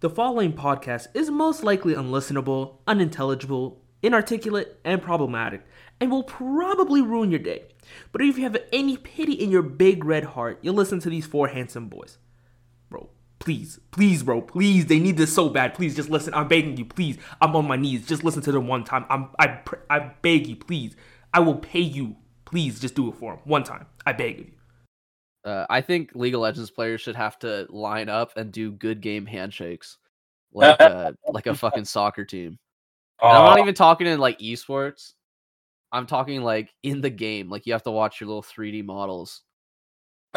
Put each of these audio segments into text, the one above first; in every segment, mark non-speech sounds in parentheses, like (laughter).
The following podcast is most likely unlistenable, unintelligible, inarticulate, and problematic, and will probably ruin your day. But if you have any pity in your big red heart, you'll listen to these four handsome boys. Bro, please, please, bro, please, they need this so bad. Please, just listen. I'm begging you, please. I'm on my knees. Just listen to them one time. I'm, I, pr- I beg you, please. I will pay you. Please, just do it for them one time. I beg of you. Uh, I think League of Legends players should have to line up and do good game handshakes, (laughs) like uh, like a fucking soccer team. And (laughs) I'm not even talking in like esports. I'm talking like in the game. Like you have to watch your little 3D models.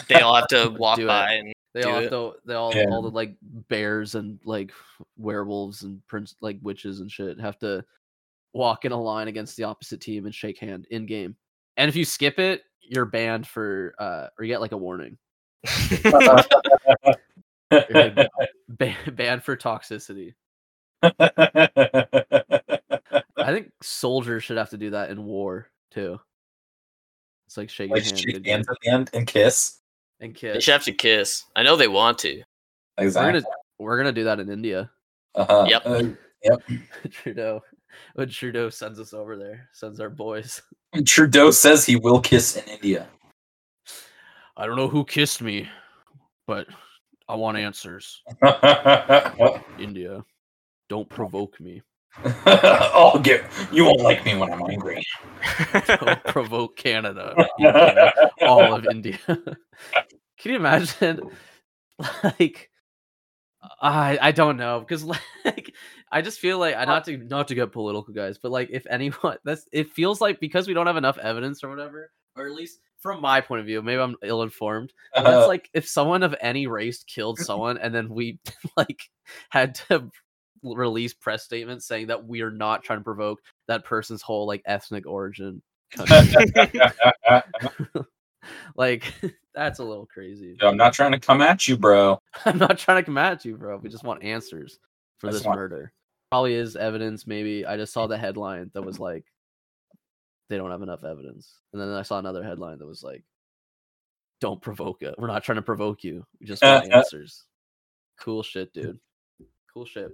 They all have (laughs) to walk Do it. by and They Do all it. have to, they all Yeah. all the like bears and like werewolves and prince like witches and shit have to walk in a line against the opposite team and shake hand in game. And if you skip it, you're banned for uh or you get like a warning. You're like, (laughs) ban- banned for toxicity. I think soldiers should have to do that in war too. It's like shaking like hands shake good hands game, at the end and kiss. and they kiss. should have to kiss. I know they want to. We're Exactly. gonna we're gonna do that in India. (laughs) Uh-huh. Yep. Uh, Trudeau, when Trudeau sends us over there, sends our boys. (laughs) Trudeau says he will kiss in India. (laughs) I don't know who kissed me, but I want answers. India, (laughs) don't provoke me. I'll get. You won't like me when I'm angry. Don't provoke Canada. India, (laughs) All of India. (laughs) Can you imagine? (laughs) Like, I I don't know because (laughs) like I just feel like I not to not to get political, guys, but like if anyone (laughs) that's it feels like because we don't have enough evidence or whatever, or at least from my point of view, maybe I'm ill informed. But (laughs) Uh, That's like if someone of any race killed someone and then we (laughs) like had to release press statements saying that we are not trying to provoke that person's whole like ethnic origin. country. (laughs) like (laughs) that's a little crazy. I'm not trying to come at you, bro. (laughs) I'm not trying to come at you, bro. We just want answers for I just this want- murder. Probably is evidence. Maybe I just saw the headline that was like, they don't have enough evidence, and then I saw another headline that was like, don't provoke it. We're not trying to provoke you. We just (laughs) want answers. Cool shit, Hmm. dude. Cool shit.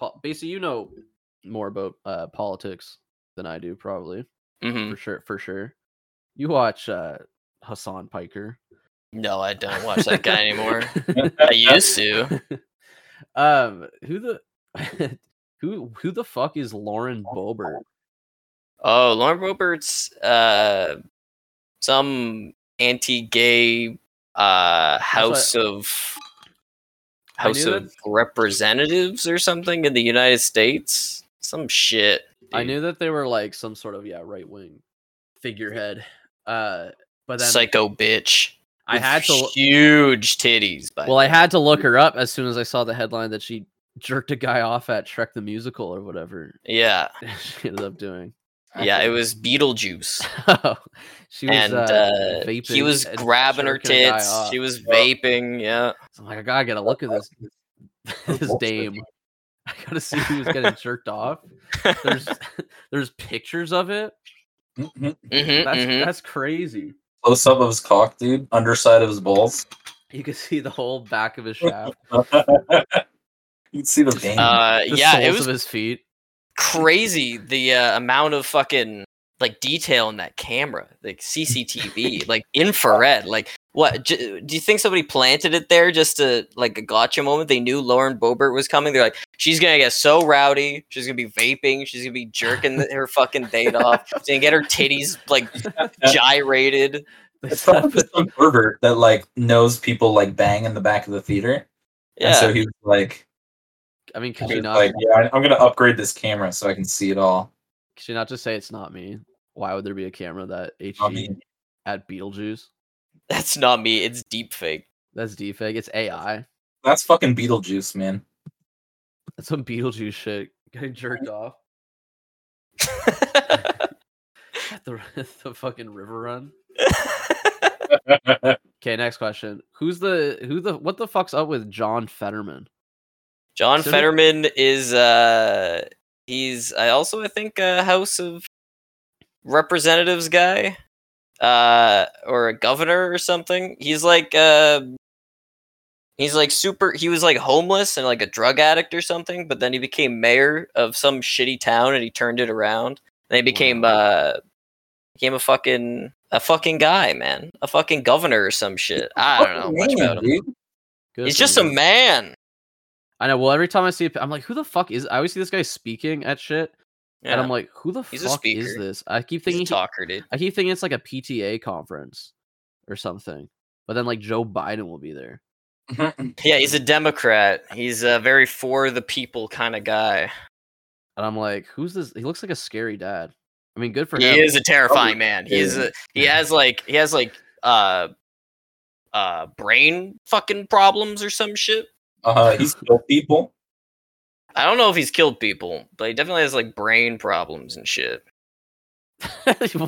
Paul, basically, you know more about uh, politics than I do, probably hmm for sure. For sure, you watch uh, Hassan Piker. No, I (laughs) don't watch that (laughs) guy anymore. I used to. um, who the (laughs) who who the fuck is Lauren Boebert? Oh, Lauren Roberts, uh, some anti-gay uh, House of I House knew of that- Representatives or something in the United States. Some shit. I dude. knew that they were like some sort of yeah right wing figurehead. Uh, but then psycho bitch. I with had to huge titties. By well I had to look her up as soon as I saw the headline that she jerked a guy off at Shrek the Musical or whatever yeah, (laughs) she ended up doing. (laughs) Oh, yeah. It was Beetlejuice, she was and uh, uh, he vaping was and grabbing her jerking a guy tits. off. She was vaping. Yeah, So I'm like, I gotta get a look at this (laughs) this Bullshit. dame. I gotta see who's getting jerked off. There's (laughs) there's pictures of it. Mhm. Mhm, That's mhm. that's crazy. Close up of his cock, dude. Underside of his balls. (laughs) You can see the whole back of his shaft, you can see the vein. Uh, (laughs) the yeah, soles it was of his feet. (laughs) crazy the uh, amount of fucking like detail in that camera, (laughs) like CCTV, like infrared, like what? J- do you think somebody planted it there just to like a gotcha moment? They knew Lauren Boebert was coming. They're like, she's gonna get so rowdy. She's gonna be vaping. She's gonna be jerking the- her fucking date off. (laughs) She's gonna get her titties like gyrated. They it's said- (laughs) probably just some pervert that like knows people like bang in the back of the theater. And so Yeah, he was like, I mean, he could she was not? like, yeah, I- I'm gonna upgrade this camera so I can see it all. could she not just say it's not me? Why would there be a camera that HG I mean, at Beetlejuice? that's not me. It's deep fake. That's deepfake. It's AI. that's fucking Beetlejuice, (laughs) man. That's some Beetlejuice shit. (laughs) Getting jerked off at the (laughs) the fucking river run. Oh, Okay, next question. Who's the who the what the fuck's up with John Fetterman? (laughs) John So did- Fetterman is uh he's I also I think a House of Representatives guy uh or a governor or something. He's like uh He's like super. He was like homeless and like a drug addict or something. But then he became mayor of some shitty town and he turned it around. And he became uh, became a fucking a fucking guy, man, a fucking governor or some shit. I don't know much Fucking about him. man, dude. Good He's for just a you. man. I know. Well, every time I see it, I'm like, who the fuck is? I always see this guy speaking at shit, and Yeah, I'm like, who the He's a fuck is speaker. this? I keep he's thinking a he- talker, dude. I keep thinking it's like a PTA conference or something. But then like Joe Biden will be there. Yeah, he's a Democrat. He's a very for the people kind of guy. And I'm like, who's this? He looks like a scary dad. I mean, good for him. He (laughs) is a terrifying man. He is yeah. a, he has like he has like uh uh brain fucking problems or some shit. (laughs) uh, he's killed people. I don't know if he's killed people, but he definitely has like brain problems and shit.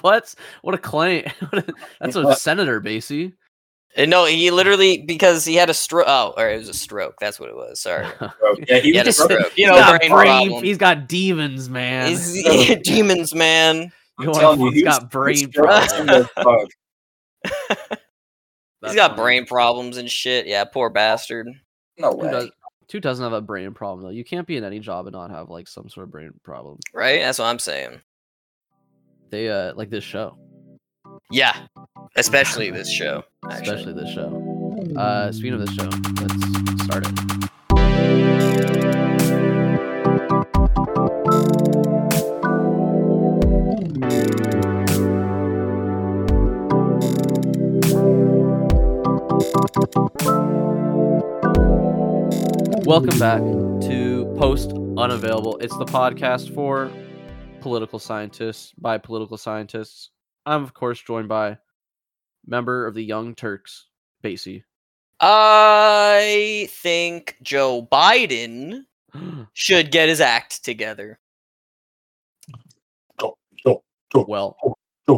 what? What a claim. (laughs) What a- That's a Yeah. senator, Basie. And no, he literally because he had a stroke. Oh, or it was a stroke. That's what it (laughs) was. Sorry. Bro. Yeah, he He had a was just- broke. stroke. You He's know, got brain brave- problems. He's got demons, man. He's, so- (laughs) demons, man. I'm You wanna- telling you, he's he was- got brain broke problems. as (laughs) a fuck. That's he's got funny. brain problems and shit. Yeah, poor bastard. No Who, does, (laughs) way. who doesn't have a brain problem though? You can't be in any job and not have like some sort of brain problem. Right? That's what I'm saying. They uh like this show. Yeah. Especially this show. Actually. especially this show. Uh, speaking of this show, let's start it. Welcome back to Post Unavailable. It's the podcast for political scientists by political scientists. I'm, of course, joined by member of the Young Turks, Basie. I think Joe Biden should get his act together. (laughs) well, uh,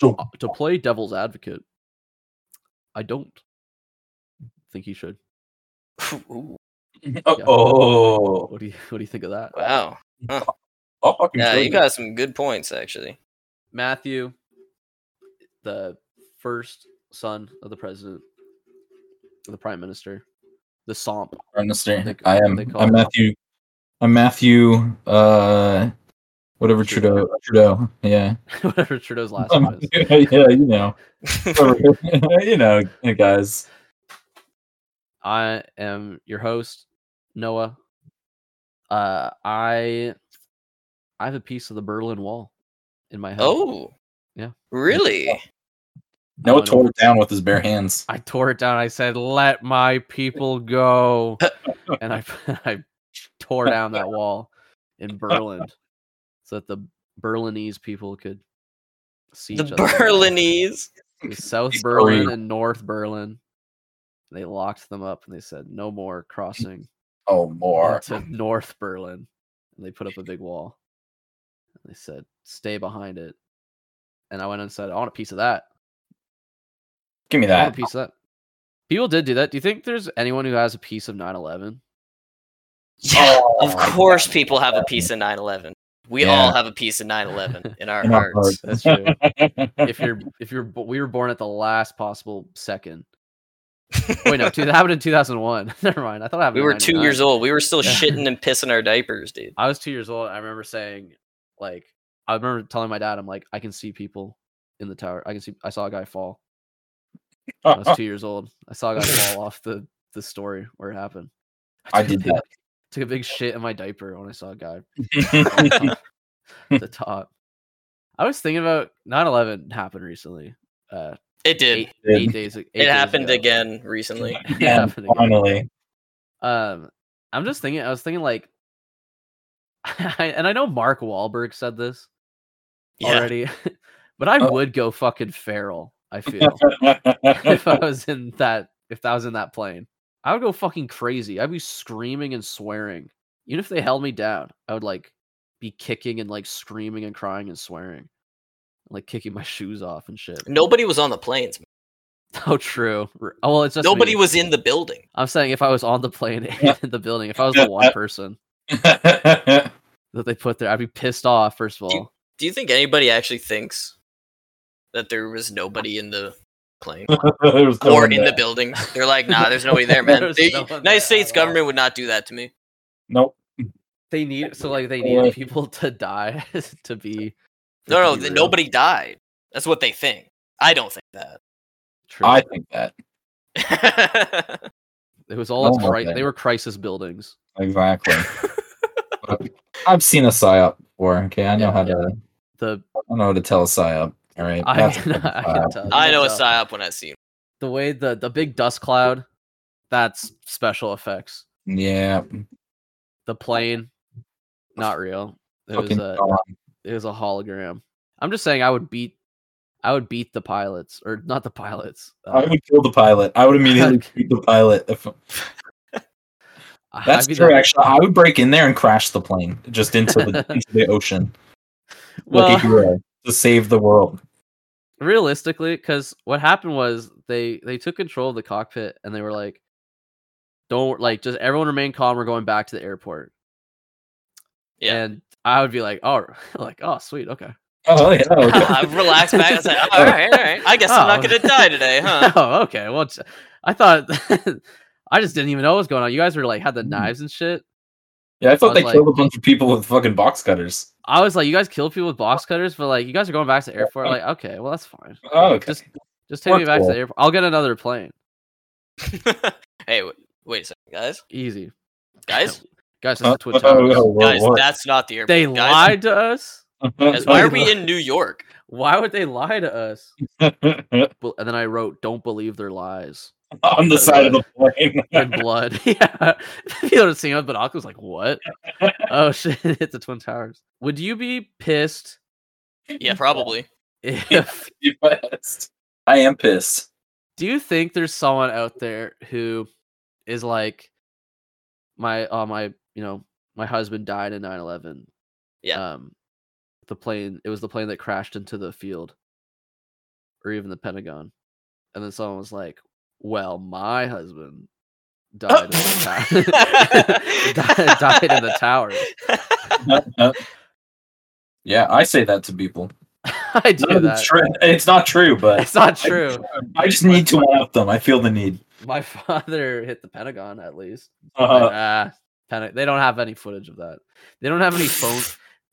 to play devil's advocate, I don't think he should. Ooh, Oh, What do you (laughs) What do you think of that, wow. I'll fucking Yeah, kill you you. got some good points actually. Matthew? The first son of the president, the prime minister, the Somp. (laughs) Minister. They- I am. they call I'm him- Matthew. I'm Matthew. Uh, whatever Trudeau. Trudeau. Yeah. whatever Trudeau's last Um, (laughs) name is. yeah, you know, (laughs) you know, guys. I am your host, Noah. Uh, I I have a piece of the Berlin Wall in my head. oh. Yeah. Really? Noah don't tore know. it down with his bare hands. I tore it down. I said, "Let my people (laughs) go," and I (laughs) I tore down that wall in Berlin so that the Berlinese people could see The each other. Berlinese. (laughs) It was South He's Berlin Berlin. and North Berlin. They locked them up and they said, "No more crossing Oh, more. to North Berlin." And they put up a big wall. And they said, "Stay behind it." And I went and said, "I want a piece of that." Give me I want that. a piece of that. People did do that. Do you think there's anyone who has a piece of 9/11? Yeah, of Oh, course yeah. people have a piece of 9/11. We Yeah. all have a piece (laughs) of 9/11 in our In our hearts. That's true. (laughs) if you're if you're bo- we were born at the last possible second. Wait, no, two, that happened in 2001. (laughs) Never mind. I thought it happened. We in were 2 years 99. old. We were still Yeah. shitting and pissing our diapers, dude. I was two years old. I remember saying, like, I remember telling my dad, I'm like, I can see people in the tower. I can see. I saw a guy fall. I (laughs) was two years old. I saw a guy fall off the the story where it happened. I took a did big- that. Took a big shit in my diaper when I saw a guy (laughs) (laughs) Hmm. at the top. I was thinking about 9/11 happened recently. Uh, It did. eight, Did. eight days. Eight it happened again. (laughs) again recently. (laughs) Yeah, happened again. finally. Um, I'm just thinking. I was thinking like, (laughs) and I know Mark Wahlberg said this Yeah. already, (laughs) but I Oh. would go fucking feral. (laughs) I feel (laughs) if (laughs) I was in that if I was in that plane, I would go fucking crazy. I'd be screaming and swearing. Even if they held me down, I would like be kicking and like screaming and crying and swearing, like kicking my (laughs) shoes off and shit. Nobody was on the planes. (laughs) Oh, true. R- Oh, well, it's just Nobody me. was in the building. I'm saying if I was on the plane (laughs) and in the building, if I was the (laughs) one person that they put there, I'd be pissed off. First of all, Do you think anybody actually thinks that there was nobody in the plane (laughs) There was no or one in the there. building. They're like, nah, there's nobody there, man. There's The no one there United States at all. government would not do that to me. Nope. They need so like they Or- need people (laughs) to die to be. for it No, to no, be th- real. nobody died. That's what they think. I don't think (laughs) True. I think that that. it was all No that's one right. there. They were crisis buildings. exactly. But I've seen a psyop before. Okay, I know Yeah, how yeah. to. The I know how to tell a psyop. (laughs) All right, I, that's a can- fucking I can psyop. tell. I you know a the- psyop when I see him. The way the the big dust cloud, that's special effects. Yeah, The plane, not real. It was fucking a gone. it was a hologram. I'm just saying I would beat I would beat the pilots or not the pilots. uh, I would kill the pilot. I would (laughs) immediately shoot the pilot. If, I- I'd that's be true. the- Actually, I would break in there and crash the plane just (laughs) into the into the ocean like a Well, hero to save the world. (laughs) realistically, because what happened was they they took control of the cockpit and they were like, "Don't wor- like just everyone remain calm. We're going back to the airport." Yeah. And I would be like, "Oh, (laughs) like oh, sweet, okay." Oh yeah. okay. (laughs) (laughs) I relax back. I say, all right, all right. I guess I'm not Oh. gonna (laughs) die today, huh? oh, okay. Well, it's- I thought (laughs) I just didn't even know what was going on. You guys were like had the Hmm. knives and shit. Yeah, I thought I they was killed a bunch of people with fucking box cutters. I was like, you guys killed people with box cutters, but like you guys are going back to the airport. Like, okay, well that's fine. Oh, okay. Just just take me Workable. back to the airport. I'll get another plane. (laughs) (laughs) hey, wait, wait a second, guys. Easy. (laughs) Guys, Guys, that's Oh, the Twin oh, Towers. oh, whoa, guys, whoa. (laughs) that's not the airport. They guys. lied to us. Guys, why (laughs) are we in New York? Why would they lie to us? on Bel- And then I wrote, "Don't believe their lies." the side of the plane? (laughs) In blood. (laughs) yeah. People don't see it, but Aqua's like, "What? oh shit! (laughs) It's the Twin Towers." Would you be pissed (laughs) Yeah, probably. if You pissed. I (laughs) am pissed. (laughs) do you think there's someone out there who is like my uh my you know my husband died in 9-11 Yeah. um the plane it was the plane that crashed into the field or even the pentagon and then someone was like well my husband died in (laughs) the, ta- di- died in the towers yeah, I say that to people. (laughs) i do None of that it's, true. it's not true, but it's not true I just need to one up them. I feel (laughs) the need. my father hit the pentagon at least Uh, Ah, Penta- they don't have any footage of that. They don't have any phone.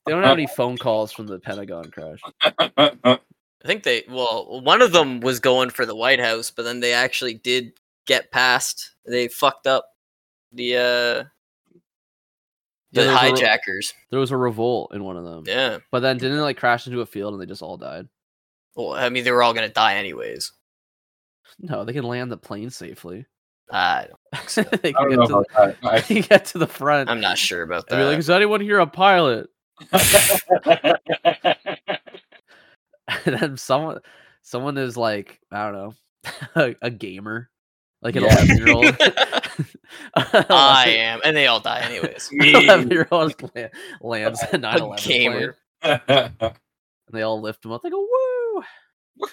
They don't have any phone calls from the Pentagon crash. I think they well, one of them was going for the White House, but then they actually did get past. They fucked up the uh Yeah, the there was a re- hijackers. There was a revolt in one of them, Yeah. but then didn't it like crash into a field and they just all died? Well, I mean, they were all gonna die anyways. No, they can land the plane safely. I don't- (laughs) they I can don't get know to about that. the, (laughs) I- they can get to the front. I'm not sure about I'd be like, that. is anyone here a pilot? (laughs) and then someone, someone is like, I don't know, (laughs) a, a gamer, like an Yeah. eleven year (laughs) old. I (laughs) am, and they all die anyways. eleven year old (laughs) lands a nine (laughs) A eleven plane. gamer. and they all lift him up. They go, (laughs) "Woo!"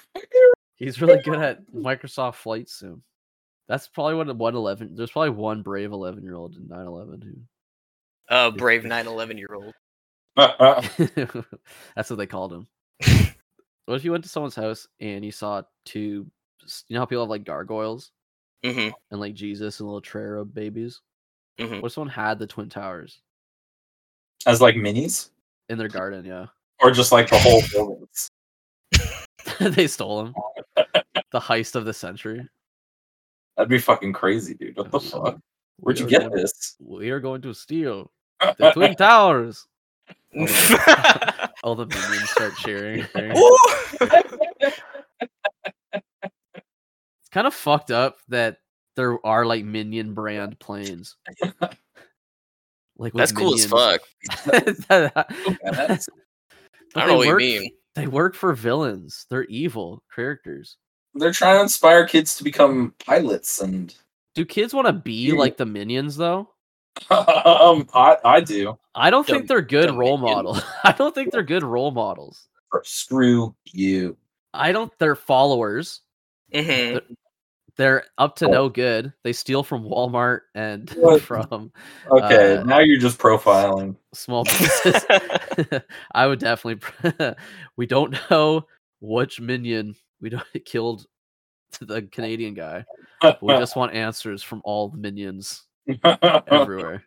He's really good at Microsoft Flight Sim. That's probably what one eleven. There's probably one brave eleven year old in nine eleven Uh, brave 9/11 year old. who. (laughs) That's what they called (laughs) him. what if you went to someone's house and you saw two? s- You know how people have like gargoyles (laughs) hmm and like Jesus and little cherub babies. Mm-hmm. Mhm. What if someone had the twin towers (laughs) As like minis, in their garden? Yeah, (laughs) or just like the whole buildings. they stole (laughs) them. the heist of the century. That'd be fucking crazy, dude. What the fuck? Where'd you Weird get one. this? We are going to steal the (laughs) twin towers. (laughs) (laughs) All the minions start (laughs) cheering. it's kind of fucked up that there are like minion brand planes. Like with That's cool as minions. (laughs) fuck. That's- But I don't know what they you work- mean. They work for villains. They're evil characters. (laughs) They're trying to inspire kids to become pilots, and (laughs) Do kids want to be Yeah. like the minions though? um, I, I do. I don't think Dumb- they're good dumb role minions. models. (laughs) I don't think they're good role models. Screw you. I don't they're followers. hmm They're up to Oh. no good. They steal from Walmart and (laughs) What? from Okay, Uh, now you're just profiling. small Mm-hmm. business. (laughs) I would (laughs) definitely. pr- we don't know which minion we don't (laughs) killed the Canadian guy. We just want answers from all the minions (laughs) everywhere.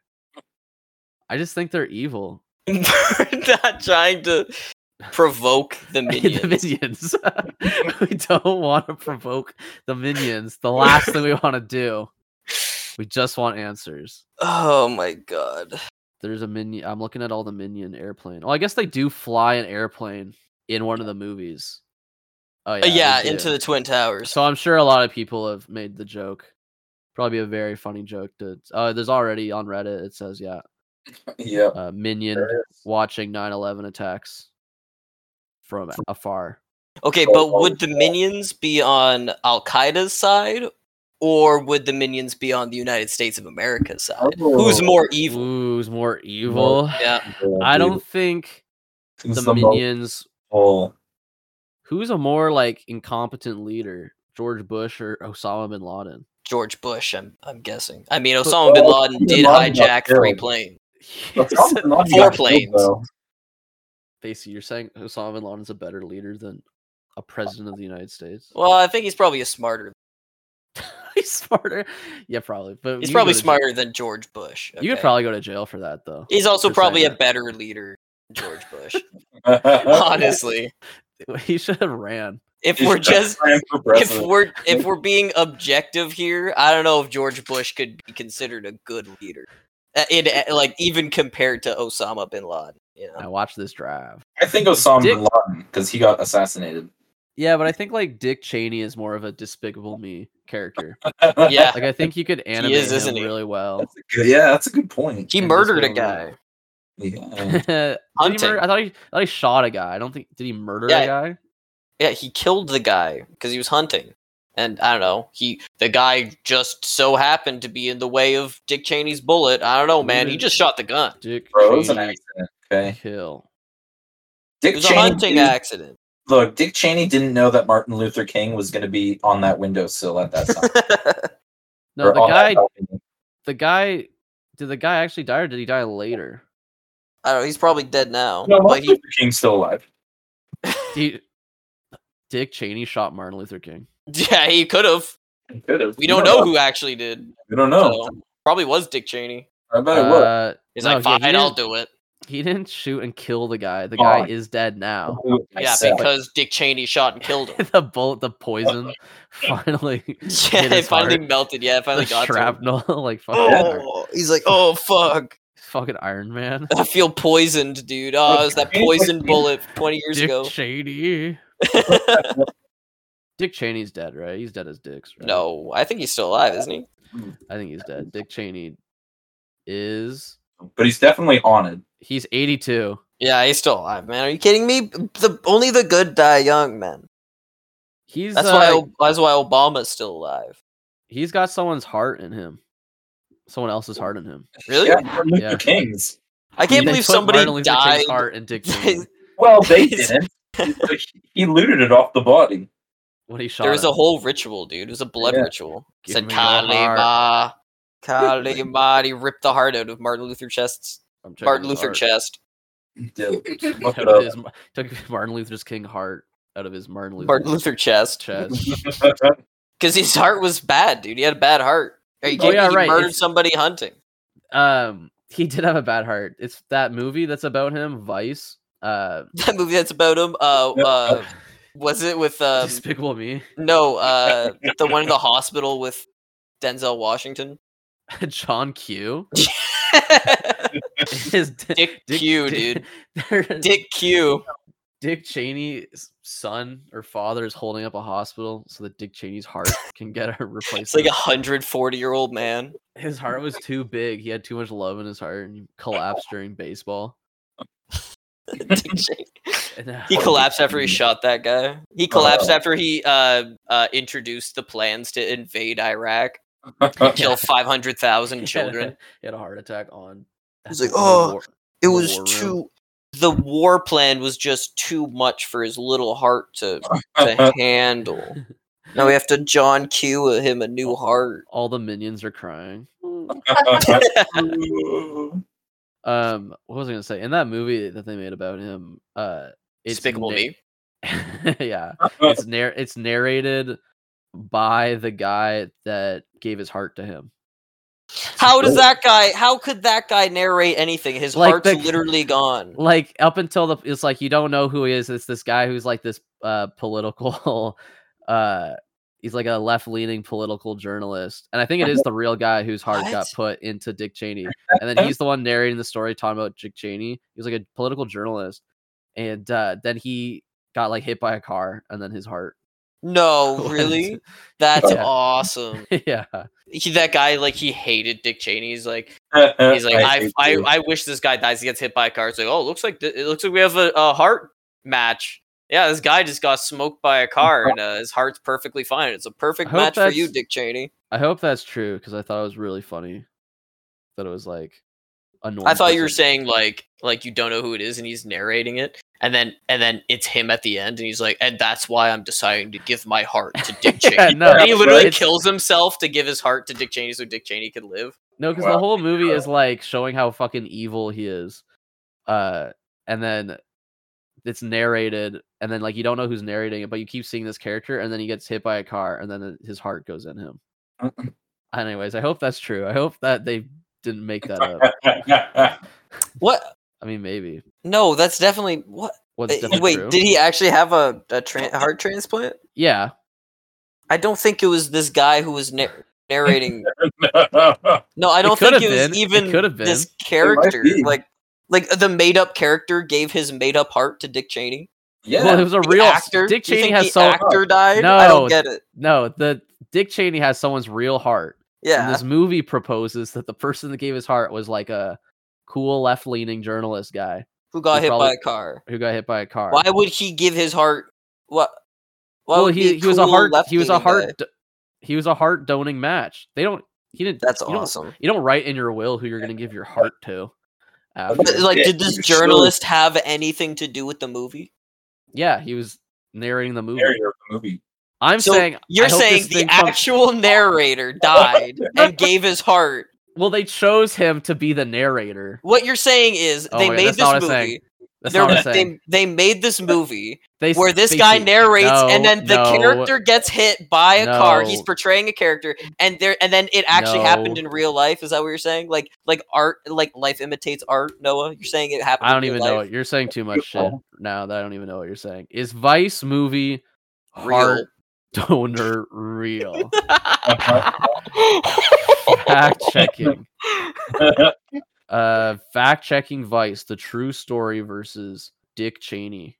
I just think they're evil. (laughs) We're (laughs) not trying to provoke the (laughs) minions. the minions. (laughs) we (laughs) don't want to provoke the minions. The last thing we want to do. We just want answers. Oh my god. There's a minion. I'm looking at all the minion airplane. Oh, I guess they do fly an airplane in one of the movies. Oh Uh, yeah, Yeah, they do. into the Twin Towers. So I'm sure a lot of people have made the joke. Probably a very funny joke. To uh, there's already on Reddit. It says yeah, yeah. uh, minion watching 9/11 attacks from afar. Oh, Okay, but would the minions be on Al Qaeda's side or would the minions be on the United States of America's side? Oh. Who's more evil? Ooh, it's more evil. Yeah. I don't think the minions. Who's a more like incompetent leader, George Bush or Osama bin Laden? (laughs) George Bush, I'm I'm guessing. I mean But- Osama bin Well, Laden Oh, Osama bin did Laden got hijack three killed. planes. Four (laughs) Four planes. (laughs) Basically, you're saying Osama bin Laden's a better leader than a president of the United States. (laughs) Well, I think he's probably a smarter. he's smarter. Yeah, probably. But He's you could go to probably jail- smarter than George Bush. You could okay? probably go to jail for that though. He's also for saying probably a that. better leader than George (laughs) Bush. Honestly, Honestly, (laughs) He should have ran. if we're just if we're if we're being objective here, I don't know if George Bush could be considered a good leader. Uh, In uh, like even compared to Osama bin Laden, (laughs) you know. I watched this drive. I think Osama Dick- bin Laden because he got assassinated. Yeah, but I think like Dick Cheney is more of a despicable me (laughs) character. Yeah, Like I think you could animate is, him isn't he? really well. (laughs) That's a good, yeah, that's a good point. he in this murdered a world, guy. (laughs) Yeah. (laughs) Did he murder- Hunting. I thought he I thought he shot a guy. I don't think did he murder Yeah. a guy? Yeah, he killed the guy because he was hunting, and I don't know. He the guy just so happened to be in the way of Dick Cheney's bullet. I don't know, man. He Dude. just shot the gun. Dick Bro, it was an Cheney accident. Okay. kill. It Dick was a Cheney. hunting didn't- accident. (laughs) Look, Dick Cheney didn't know that Martin Luther King was going to be on that windowsill at that (laughs) time. No, or the oh, on that guy balcony. the guy did the guy actually die or did he die later? I don't know. He's probably dead now. No, but Martin he, (laughs) Luther King's still alive. He- Dick Cheney shot Martin Luther King. yeah, he could have. We don't know who actually did. We don't know. So probably was Dick Cheney. I bet it was. Uh, He's No, like, yeah, he fine, I'll didn't- do it. he didn't shoot and kill the guy. The Come guy on. is dead now. I Uh, yeah, said- because Dick Cheney shot and killed him. (laughs) the bullet, the (laughs) poison, finally, yeah, hit it his finally heart. melted. Yeah, it the finally got to him. shrapnel, (laughs) like fucking, Iron- Oh, he's like, oh fuck, fucking Iron Man, (laughs) I feel poisoned, dude. Oh, it was that poison bullet twenty years Dick ago. (laughs) Cheney. Dick Cheney's dead, right? He's dead as dicks. Right? no, I think he's still alive, isn't he? I think he's dead. Dick Cheney is But he's definitely on it. he's 82. Yeah, he's still alive, man. Are you kidding me? The only the good die young, man. He's That's uh, why O- that's why Obama's still alive. he's got someone's heart in him. Someone else's heart in him. Really? Yeah, Martin Luther Yeah. King's. I can't They believe put Martin somebody Luther King's died. Heart in (laughs) Dick Cheney Well, they He's- didn't. But he- he looted it off the body. when he shot. There was a him. whole ritual, dude. It was a blood Yeah. ritual. It Give said me your heart. Kalima. (laughs) Kalima. and He ripped the heart out of Martin Luther chest's I'm checking Martin his Luther heart. chest. Look it Took up. his, (laughs) took Martin Luther's King heart out of his Martin Luther Martin Luther chest. (laughs) chest. Because his heart was bad, dude. He had a bad heart. Are you Oh, kidding me? yeah, he right. murdered It's- somebody hunting. (laughs) um he did have a bad heart it's that movie that's about him vice uh (laughs) That movie that's about him. Uh, uh was it with um, despicable me (laughs) no uh the one in the hospital with (laughs) Denzel Washington? (laughs) john q Dick (laughs) is D- (laughs) Q, dude Dick Q. dick cheney's son or father is holding up a hospital so that dick cheney's (laughs) heart can get a It's like replacement a hundred forty year old (laughs) man. his heart was too big he had too much love in his heart and he (laughs) collapsed during baseball Dick Cheney. and now- He collapsed after he shot that guy. Oh. He collapsed after he uh, uh, introduced the plans to invade Iraq, (laughs) kill five (laughs) hundred he thousand had a- (laughs) children. he had a heart attack on He's like, the "Oh, war- It the was war room." too. The war plan was just too much for his little heart to, (laughs) to handle. Now we have to John Q him a new heart. all the minions are crying (laughs) um what was i gonna say in that movie that they made about him uh (laughs) Despicable na- Me. (laughs) yeah it's narr- it's narrated by the guy that gave his heart to him. How Oh. does that guy? How could that guy narrate anything? His Like heart's the- literally gone. Like up until the it's like you don't know who he is. It's this guy who's like this uh political (laughs) uh he's like a left-leaning political journalist. And I think it (laughs) is the real guy whose heart got What? put into Dick Cheney. And (laughs) then he's the one narrating the story talking about Dick Cheney. He was like a political journalist. And uh then he got like hit by a car and then his heart. (laughs) No, went really? That's Yeah. awesome. into- yeah. He, that guy, like, he hated Dick Cheney. He's like, He's He's like, I, I, I, wish this guy dies. He gets hit by a car. It's like, oh, looks like th- it looks like we have a, a heart match. Yeah, this guy just got smoked by a car, and uh, his heart's perfectly fine. It's a perfect hope match for you, that's- Dick Cheney. I hope that's true because I thought it was really funny that it was like annoying. I thought you were saying like, like you don't know who it is, and he's narrating it, and then and then it's him at the end, and he's like, and that's why I'm deciding to give my heart to (laughs) Dick (laughs) Cheney. yeah, no, and he literally it's- kills himself to give his heart to Dick Cheney so Dick Cheney could live. No, because the Wow. whole movie is like showing how fucking evil he is, uh, and then it's narrated, and then like you don't know who's narrating it, but you keep seeing this character, and then he gets hit by a car, and then it- his heart goes in him. Anyways, I hope that's true. I hope that they didn't make that (laughs) up. What? I mean, maybe No, that's definitely what. what's Uh, Wait, did he actually have a, a tran heart transplant? Yeah, I don't think it was this guy who was nar- narrating. (laughs) No, I It don't could think have it was been. It even could have this been. character. be. Like, like the made up character gave his made up heart to Dick Cheney. (laughs) yeah. well, it was a The real actor. Dick you Cheney think has the so actor died. No. I don't get it. (laughs) no the Dick Cheney has someone's real heart. And Yeah, this movie proposes that the person that gave his heart was like a cool left leaning journalist guy who got he hit probably- by a car? who got hit by a car. Why would he give his heart? What? Why well, would he, be he was a cool heart he was a left-leaning guy? heart do- he was a heart doning match. They don't he didn't That's you don't- awesome. you don't write in your will who you're gonna give your heart to. after. But, like, Yeah, did this you should. journalist have anything to do with the movie? yeah, he was narrating the movie. Narrator of the (laughs) movie. I'm So saying I You're hope saying this the thing comes- actual narrator died and gave his heart well they chose him to be the narrator. What you're saying is Oh, they wait, made that's not this what I'm saying. movie. That's They're- not what I'm saying. They, they (laughs) made this movie They s- where this they guy see- narrates and No, then the no, character gets hit by a car. He's no. portraying a character and there and then it actually happened No. in real life. Is that what you're saying? Like like art like life imitates art, Noah? You're saying it happened I don't in even real know life? it. You're saying too much shit Beautiful. now that I don't even know what you're saying. Is Vice movie Real. heart (laughs) donor (laughs) real? it. fact checking. Uh, fact checking Vice, the true story versus Dick Cheney.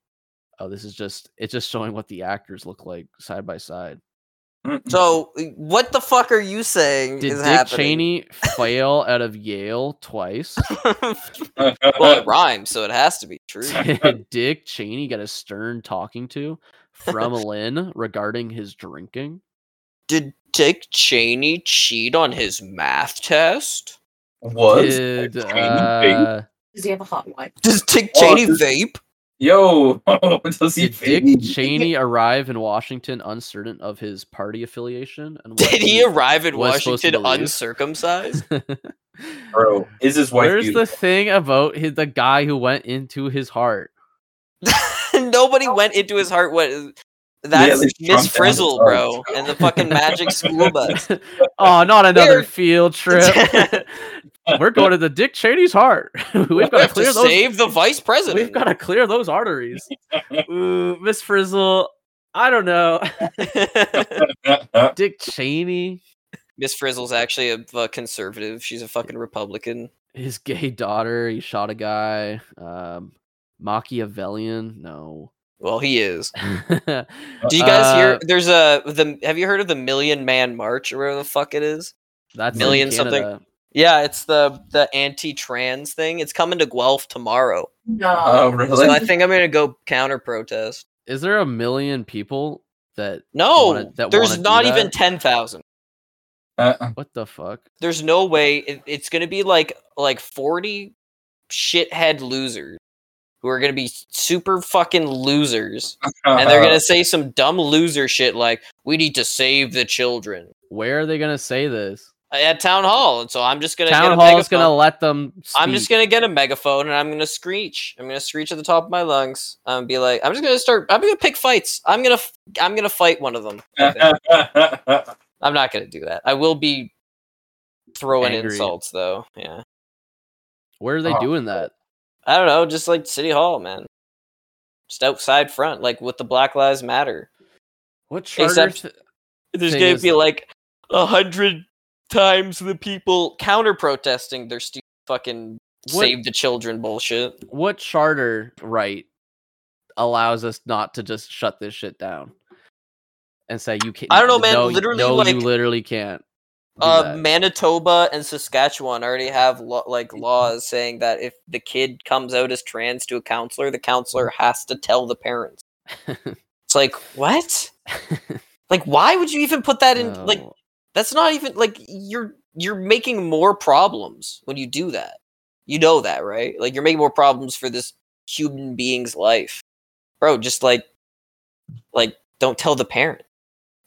Oh, this is just it's just showing what the actors look like side by side. so what the fuck are you saying Did is Dick happening? Cheney fail out of Yale twice? (laughs) (laughs) Uh, well, it rhymes, so it has to be true. (laughs) Did Dick Cheney get a stern talking to (laughs) from Lynn regarding his drinking? Did Dick Cheney cheat on his math test? (laughs) What? Did, Dick Cheney uh, Does he have a hot wife? Does Dick Oh, Cheney this- vape? Yo, (laughs) does he Did Dick vape? (laughs) Cheney arrive in Washington uncertain of his party affiliation? And what Did he arrive in was supposed to Washington believe. (laughs) uncircumcised? (laughs) Bro, is his wife Where's beautiful? the thing about his, the guy who went into his (laughs) heart? Nobody went into his heart. What? That's they shrunk Miss down Frizzle, the bro, size. and the (laughs) fucking magic school bus. oh, not another Where- (laughs) field trip. We're going to the Dick Cheney's heart. (laughs) We've We got to have to clear those. save the vice president. We've got to clear those arteries. Ooh, Miss Frizzle. I don't know. (laughs) (laughs) Uh, Dick Cheney, (laughs) Miss Frizzle's actually a, uh conservative. She's a fucking Republican. his gay daughter. He shot a guy. Um, Machiavellian. No. Well, he is. Did (laughs) Do you guys Uh, hear? There's a the. Have you heard of the Million Man March or whatever the fuck it is? That's in Million something? Canada. Yeah, it's the the anti-trans thing. It's coming to Guelph tomorrow. No. Oh, really? So I (laughs) think I'm gonna go counter protest. Is there a million people that No, wanna- that wanna there's do not even that? ten thousand. Uh, what the fuck? There's no way. It, it's gonna be like like forty shithead losers who are gonna be super fucking losers, and (laughs) (laughs) they're gonna say some dumb loser shit like, "We need to save the children." uh, Where are they gonna say this? at town hall, and so I'm just gonna get Town a hall is megaphone. going to let them. I'm just speak. gonna get a megaphone and I'm gonna screech. I'm gonna screech at the top of my lungs. I'm be like, I'm just gonna start. I'm gonna pick fights. I'm gonna, f- I'm gonna fight one of them. I think. I'm not gonna do that. I will be throwing Angry. insults though. Yeah, Where are they Oh. doing that? I don't know. Just like city hall, man. Just outside front, like with the Black Lives Matter. What charter? Except- th- There's Thing gonna is- be like a hundred times the people counter protesting their stupid fucking What- save the children bullshit. what charter right allows us not to just shut this shit down and say you can't? I don't know, man. no, Literally, no, like, you literally can't. do Uh, that. Manitoba and Saskatchewan already have lo- like laws saying that if the kid comes out as trans to a counselor, the counselor has to tell the parents. It's like what? like why would you even put that in? (laughs) Like No. that's not even like you're you're making more problems when you do that. You know that, right? Like you're making more problems for this human being's life, bro. Just like like don't tell the parent.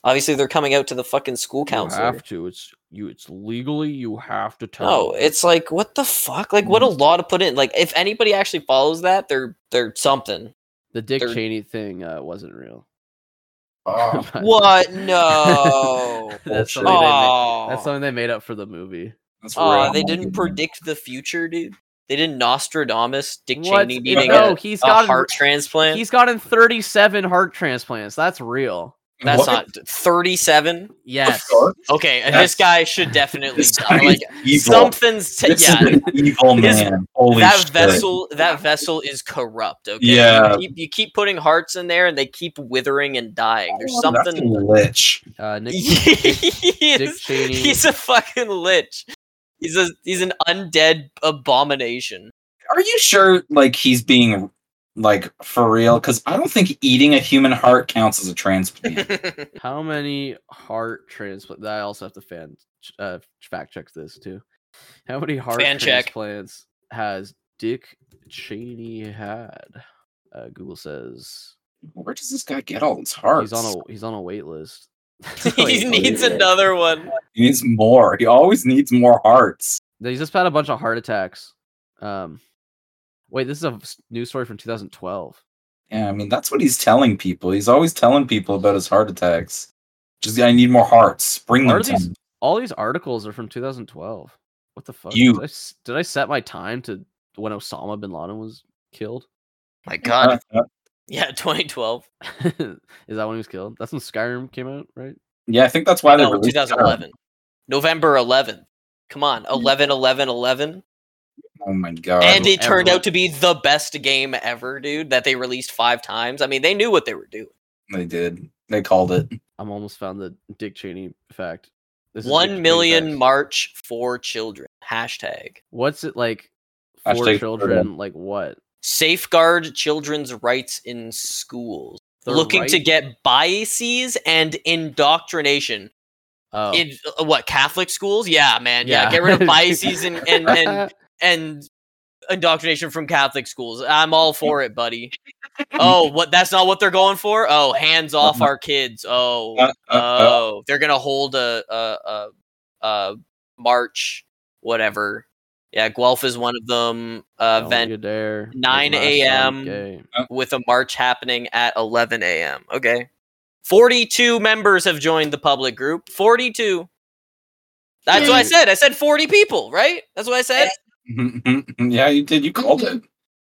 Obviously, they're coming out to the fucking school counselor. You have to. It's you. It's legally you have to tell. No, them. Mm-hmm. it's like what the fuck? Like what a law to put in. Like if anybody actually follows that, they're they're something. the Dick they're- Cheney thing uh, wasn't real. (laughs) Oh. What? No. (laughs) that's, Bullshit. something they made, Oh, that's something they made up for the movie. That's oh real. they didn't predict the future, dude. They didn't Nostradamus Dick What? Cheney needing no, a, he's a gotten heart transplant. he's gotten 37 heart transplants. That's real. that's What? not Oh, 37. Yes. Okay, and That's- this guy should definitely This die. guy like is evil. something's t- This yeah. is an evil His- man. Holy that shit. vessel that vessel is corrupt okay You Yeah. keep- you keep, putting hearts in there and they keep withering and dying there's Oh, That's a something lich. Uh, (laughs) Nick, he Dick is, Cheney. he's a fucking lich he's a he's an undead abomination (laughs) Are you sure? Like he's being like for real? Because I don't think eating a human heart counts as a (laughs) transplant. Oh, How many heart transplant? I also have to fan ch- uh, fact check this too. How many heart Fan check. transplants has Dick Cheney had? Uh, Google says Where does this guy get all his hearts? he's on a he's on a wait list. (laughs) (laughs) he needs wait. another one He needs more. He always needs more hearts. He's just had a bunch of heart attacks. Um, wait, this is a s- news story from 2012. Yeah, I mean that's what he's telling people. He's always telling people about his heart attacks. Just I need more hearts. Bring What them are to these- me. All these articles are from 2012. What the fuck? You- did I, s- did I set my time to when Osama bin Laden was killed? (laughs) my Uh, god uh, yeah 2012 is that when he was killed? That's when Skyrim came out, right? yeah, I think that's why no, they're 2011 november 11th come on Mm. 11 11 11 Oh my god! and it turned everyone- out to be the best game ever dude that they released five times i mean they knew what they were doing they did. They called it. I'm almost found the Dick Cheney fact. This is Dick Cheney One million facts. March for children. Hashtag What's it like for Hashtag for them. children? Like what? safeguard children's rights in schools. Their Looking to right- get biases and indoctrination oh. (laughs) in uh, what Catholic schools? Yeah, man. Yeah, Yeah. (laughs) get rid of biases and and, and and indoctrination from Catholic schools. (laughs) I'm all for it, buddy. Oh, what? That's not what they're going for. (laughs) Oh, hands off our kids. Oh, Uh, uh, uh, (laughs) Oh, they're gonna hold a a a, a March whatever. Yeah, Guelph is one of them. Uh, event there. 9 a.m.. with a march happening at 11 a.m. Okay, 42 members have joined the public group. 42. That's what I Yay. said. I said 40 people, right? That's what I said. yeah, you did. You called it.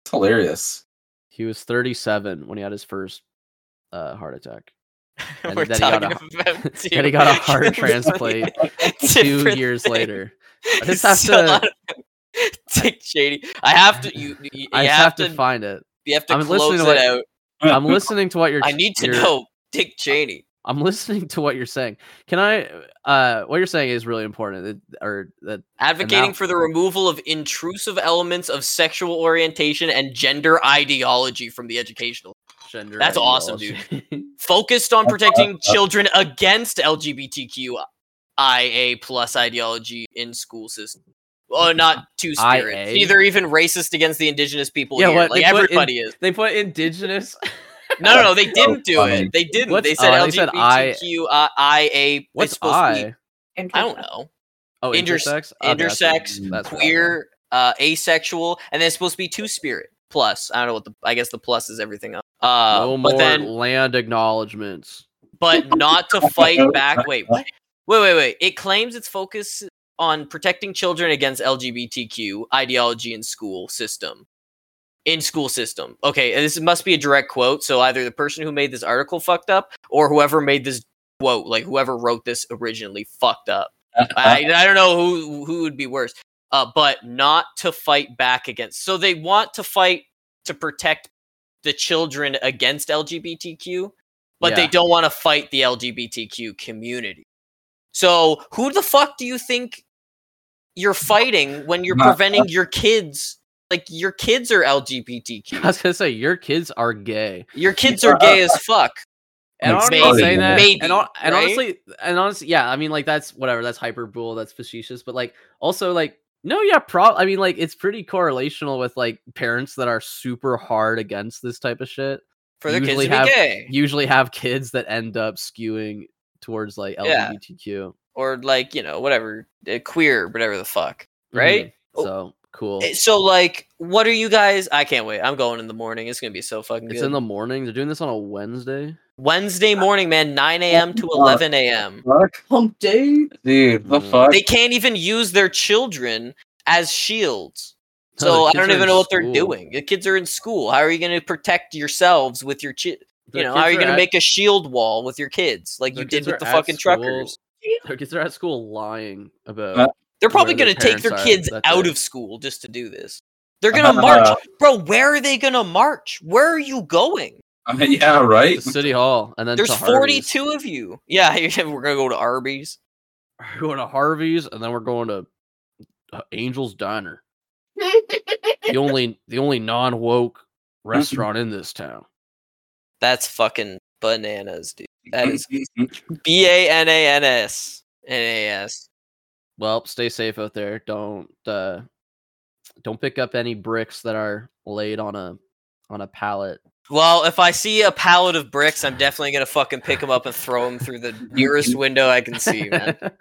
It's hilarious. He was 37 when he had his first uh, heart (laughs) attack. And (laughs) We're then he got talking a- about two and he (laughs) got a heart completely (laughs) transplant two different years things. later. I just have Still to- not- (laughs) Dick Cheney. I have to. You. you, you I just have, to. find it. you have to I'm listening close to it what- out. I'm (laughs) listening to what you're. I need to you're- know Dick Cheney. I'm listening to what you're saying. Can I? Uh, what you're saying is really important. It- or that Advocating now- for the removal of intrusive elements of sexual orientation and gender ideology from the educational. gender. That's awesome, ideology. Focused on (laughs) protecting uh. children against LGBTQIA plus ideology in school system. Mm-hmm. Oh, not two spirits. IA? Either even racist against the indigenous people Yeah, here. what like they put in- everybody (laughs) is. (laughs) they put indigenous. No, no, no, they didn't do funny. it. They didn't. What's- they said uh, they said I- LGBTQIA. What's supposed to be- I? I don't know. Oh, intersex, Oh, Inters- that's what- intersex, that's what I meant. queer, uh, asexual, and then it's supposed to be two spirit plus. I don't know what the I guess the plus is everything else. Uh, no but more then land acknowledgements. but not to fight back. Wait, wait, wait, wait. It claims its focus on protecting children against LGBTQ ideology in school system. In school system. Okay, and this must be a direct quote. So either the person who made this article fucked up, or whoever made this quote, like whoever wrote this originally, fucked up. Uh, I, I don't know who who would be worse, uh, but not to fight back against. So they want to fight to protect the children against LGBTQ, but they Yeah. don't want to fight the LGBTQ community. So who the fuck do you think you're fighting when you're Not preventing your kids? Like your kids (laughs) are I LGBTQ. was gonna say your kids are gay. Your kids are gay as fuck. And Like, honestly, sorry, saying that, maybe, and, hon- and right? honestly, and honestly, yeah, I mean, like that's whatever. That's hyperbole. That's facetious. But like, also, like, no, yeah, pro. I mean, like, it's pretty correlational with like parents that are super hard against this type of shit. For their kids Usually to be have- gay. Usually, have kids that end up skewing towards like Yeah. LGBTQ, Or like, you know, whatever. uh, Queer, whatever the fuck. Right? Mhm. Oh. So cool. Eh, So like, what are you guys? I can't wait. I'm going in the morning. It's gonna be so fucking It's good. in the morning. They're doing this on a Wednesday. (laughs) Wednesday morning, man. 9 a.m. to Oh, 11 a.m. Fuck, hump day, dude. The Mm. fuck. They can't even use their children as (laughs) shields. No, their So I kids don't are even in know what they're school. doing. The kids are in school. How are you gonna protect yourselves with your chi- You Their know, how are kids you gonna at- make a shield wall with your kids, like their you did kids are with the at fucking school- truckers? Their kids are at school lying about Uh, They're probably where gonna their take their parents are, kids that's out it. of school just to do this. They're (laughs) gonna march, Uh. bro. Where are they gonna march? Where are you going? (laughs) yeah, to right. (laughs) City Hall, and then There's to Harvey's. 42 of you. Yeah, (laughs) you're- we're gonna go to Arby's. We're going to Harvey's, and then we're going to uh, Angel's Diner, the only the only non woke restaurant in this town. That's fucking bananas, dude. (clears throat) (laughs) That is B A N A N S N A S. Well, stay safe out there. Don't uh, don't pick up any bricks that are laid on a on a pallet. Well, if I see a pallet of bricks, I'm definitely gonna fucking pick them up and throw them through the (laughs) nearest window I can see, man. (laughs)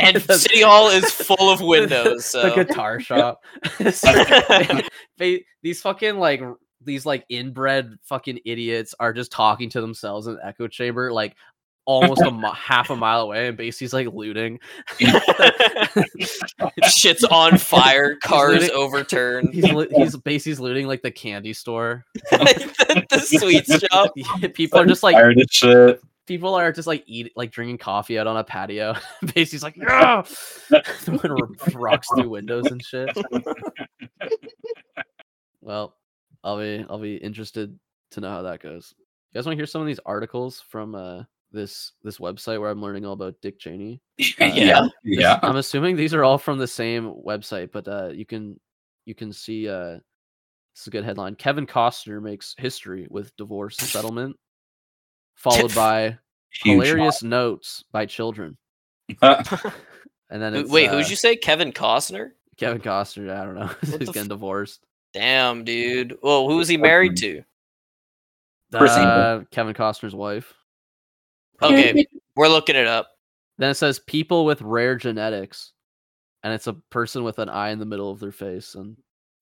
And The- City Hall is full (laughs) of windows, the so guitar shop. (laughs) It's- (laughs) they- these fucking like r- these like inbred fucking idiots are just talking to themselves in the echo chamber, like almost a mi- half a mile away, and Basie's like looting. shit's on (laughs) fire, cars looting- overturned, (laughs) He's lo- he's Basie's looting like the candy store. (laughs) (laughs) the, the (laughs) sweet shop. people are just like tired of shit. people are just like eat like drinking coffee out on a patio. (laughs) Basie's like, no, (laughs) throwing r- rocks through windows and shit. well, I'll be I'll be interested to know how that goes. You guys want to hear some of these articles from uh, this this website where I'm learning all about Dick Cheney? yeah, This- yeah. I'm assuming these are all from the same website, but uh, you can you can see uh, this is a good headline. Kevin Costner makes history with divorce settlement, followed by Huge. hilarious notes by children. Uh, (laughs) And then it's, Wait, uh, who'd you say? Kevin Costner? Kevin Costner. I don't know. (laughs) He's the getting f- divorced. Damn, dude. Well, who was he married to? Chris Angel. Uh, Kevin Costner's wife. (laughs) Okay, we're looking it up. Then it says people with rare genetics, and it's a person with an eye in the middle of their face, and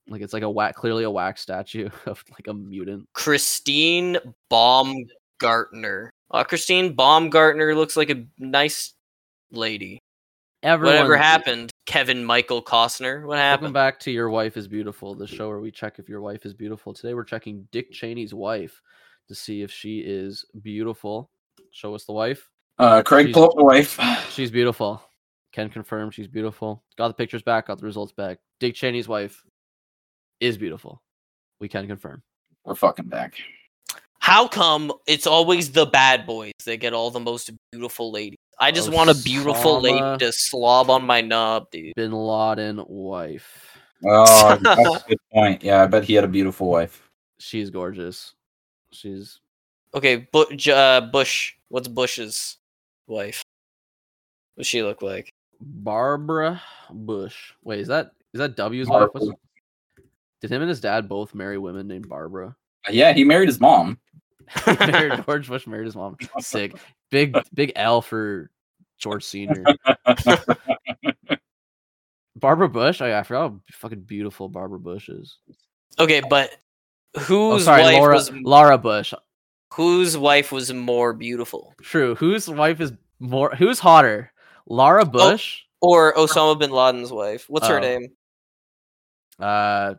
like it's like a wax, clearly a wax statue (laughs) of like a mutant. Christine Baumgartner. Uh, Christine Baumgartner looks like a nice lady. Everyone, Whatever happened, Kevin Michael Costner. What Welcome happened? back to Your Wife is Beautiful, the show where we check if your wife is beautiful. Today we're checking Dick Cheney's wife to see if she is beautiful. Show us the wife. Uh, Craig, She's- pull up the wife. (sighs) She's beautiful. Can confirm she's beautiful. Got the pictures back, got the results back. Dick Cheney's wife is beautiful. We can confirm. We're fucking back. How come it's always the bad boys that get all the most beautiful ladies? I just want Oh, a beautiful Osama. lady to slob on my knob, dude. Bin Laden wife. Oh, that's a good point. Yeah, I bet he had a beautiful wife. She's gorgeous. She's Okay, Bu- J- uh, Bush. What's Bush's wife? What's she (laughs) look like? Barbara Bush. Wait, is that is that W's wife? What's- Barbara. Did him and his dad both marry women named Barbara? Yeah, he married his mom. (laughs) married (laughs) George Bush married his mom. (laughs) Sick. Big big L for George Senior. Barbara Bush. Oh, I, I forgot how fucking beautiful Barbara Bush is. Okay, but Oh, whose sorry, wife Laura was Laura Bush. whose wife was more beautiful, True. Whose wife is more? Who's hotter, Oh. Laura Bush or Osama bin Laden's wife? What's Oh. her name? Uh,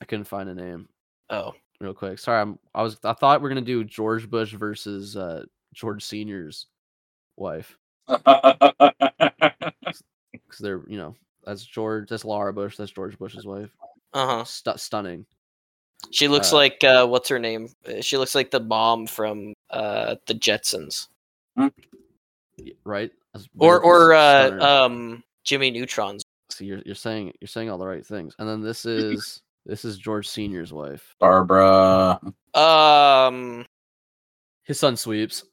I couldn't find a name Oh, real quick. Sorry, I'm, I was I thought we are gonna do George Bush versus uh George Senior's wife because they're you know that's George that's Laura Bush that's George Bush's wife. uh huh. Stu stunning. She looks Uh, like uh, what's her name? Uh, She looks like the mom from uh, the Jetsons, y- right? That's or weird, or s- uh, stunner. um, Jimmy Neutron's. so you're you're saying you're saying all the right things, and then (laughs) this is this is George Senior's wife. Barbara. (laughs) Um, His son sweeps.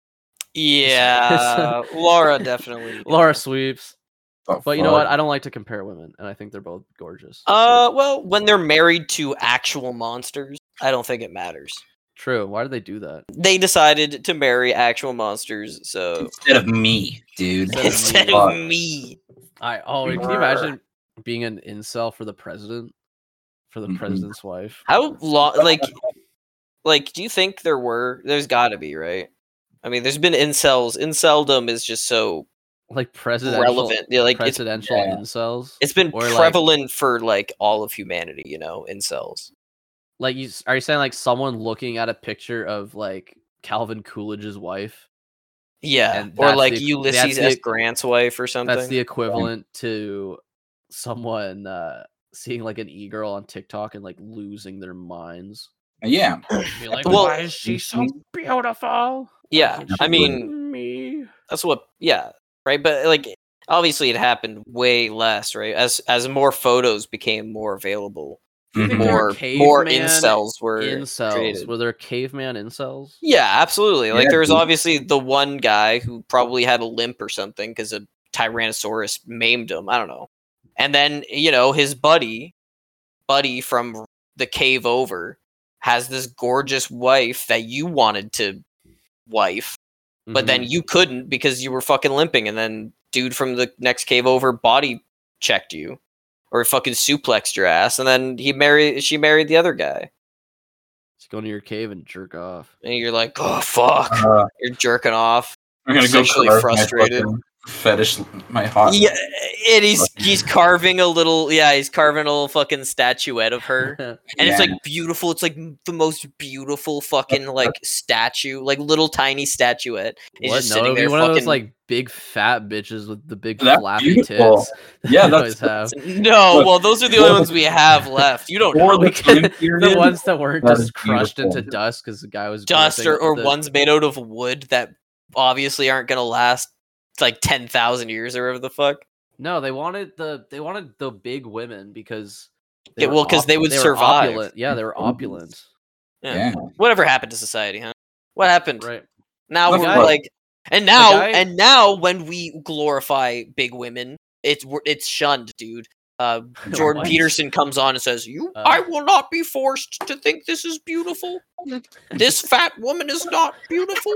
(laughs) yeah, Laura definitely. Laura sweeps. the But you know what? fuck? I don't like to compare women, and I think they're both gorgeous. Uh, well, when they're married to actual monsters, I don't think it matters. True. Why did they do that? They decided to marry actual monsters, so Instead of me, (laughs) dude. Instead of instead Fuck. of me, I oh, wait, can you Brr. imagine being an incel for the president, for the Mhm. president's wife? how long? Like, like, do you think there were? There's got to be, right? I mean, there's been incels. Inceldom is just so Like presidential, relevant. Yeah, like it's presidential yeah. incels. it's been or, like- prevalent for like all of humanity, you know, incels. like you s- are you saying like someone looking at a picture of like Calvin Coolidge's wife? Yeah, And or that's like the- Ulysses that's S. the- Grant's wife or something. That's the equivalent to someone uh, seeing like an e girl on TikTok and like losing their minds. uh, Yeah. Be like, Well- Mm-hmm. why is she so beautiful? (laughs) Mm, yeah, I mean, me. that's what yeah right but like obviously it happened way less right as as more photos became more available you think Mhm. there were more more caveman incels were incels. created. Were there caveman incels? yeah absolutely like Yeah, there was dude. obviously the one guy who probably had a limp or something because a tyrannosaurus maimed him i don't know and then you know his buddy buddy from the cave over has this gorgeous wife that you wanted to wife Mm-hmm. but then you couldn't because you were fucking limping and then dude from the next cave over body checked you or fucking suplexed your ass and then he married she married the other guy Just go into your cave and jerk off. and you're like oh fuck Uh, you're jerking off I'm gonna go Sexually carve my frustrated. fucking Fetish my hot. yeah and he's he's carving a little yeah he's carving a little fucking statuette of her (laughs) and it's Yeah. like beautiful it's like the most beautiful fucking like statue like little tiny statuette He's what? just No, sitting it'd be there one of those fucking- like big fat bitches with the big That's flappy beautiful. tits. that Yeah, (laughs) they that's- always have. no well those are the only ones we have left you don't (laughs) Or know the, can- time period. The ones that weren't That is just crushed into beautiful. dust because the guy was dust gripping or, or the- ones made out of wood that obviously aren't going to last like 10,000 years or whatever the fuck. No, they wanted the they wanted the big women because Yeah, were well, 'cause they opu- would were survive. opulent. Yeah, they were (laughs) opulent. Yeah. Whatever happened to society, huh? What happened? Right. Now The we're guy- like and now guy- and now when we glorify big women, it's we're- it's shunned, dude. Uh, Jordan (laughs) (laughs) What? Peterson comes on and says, "You, Uh. I will not be forced to think this is beautiful. (laughs) This fat woman is not beautiful."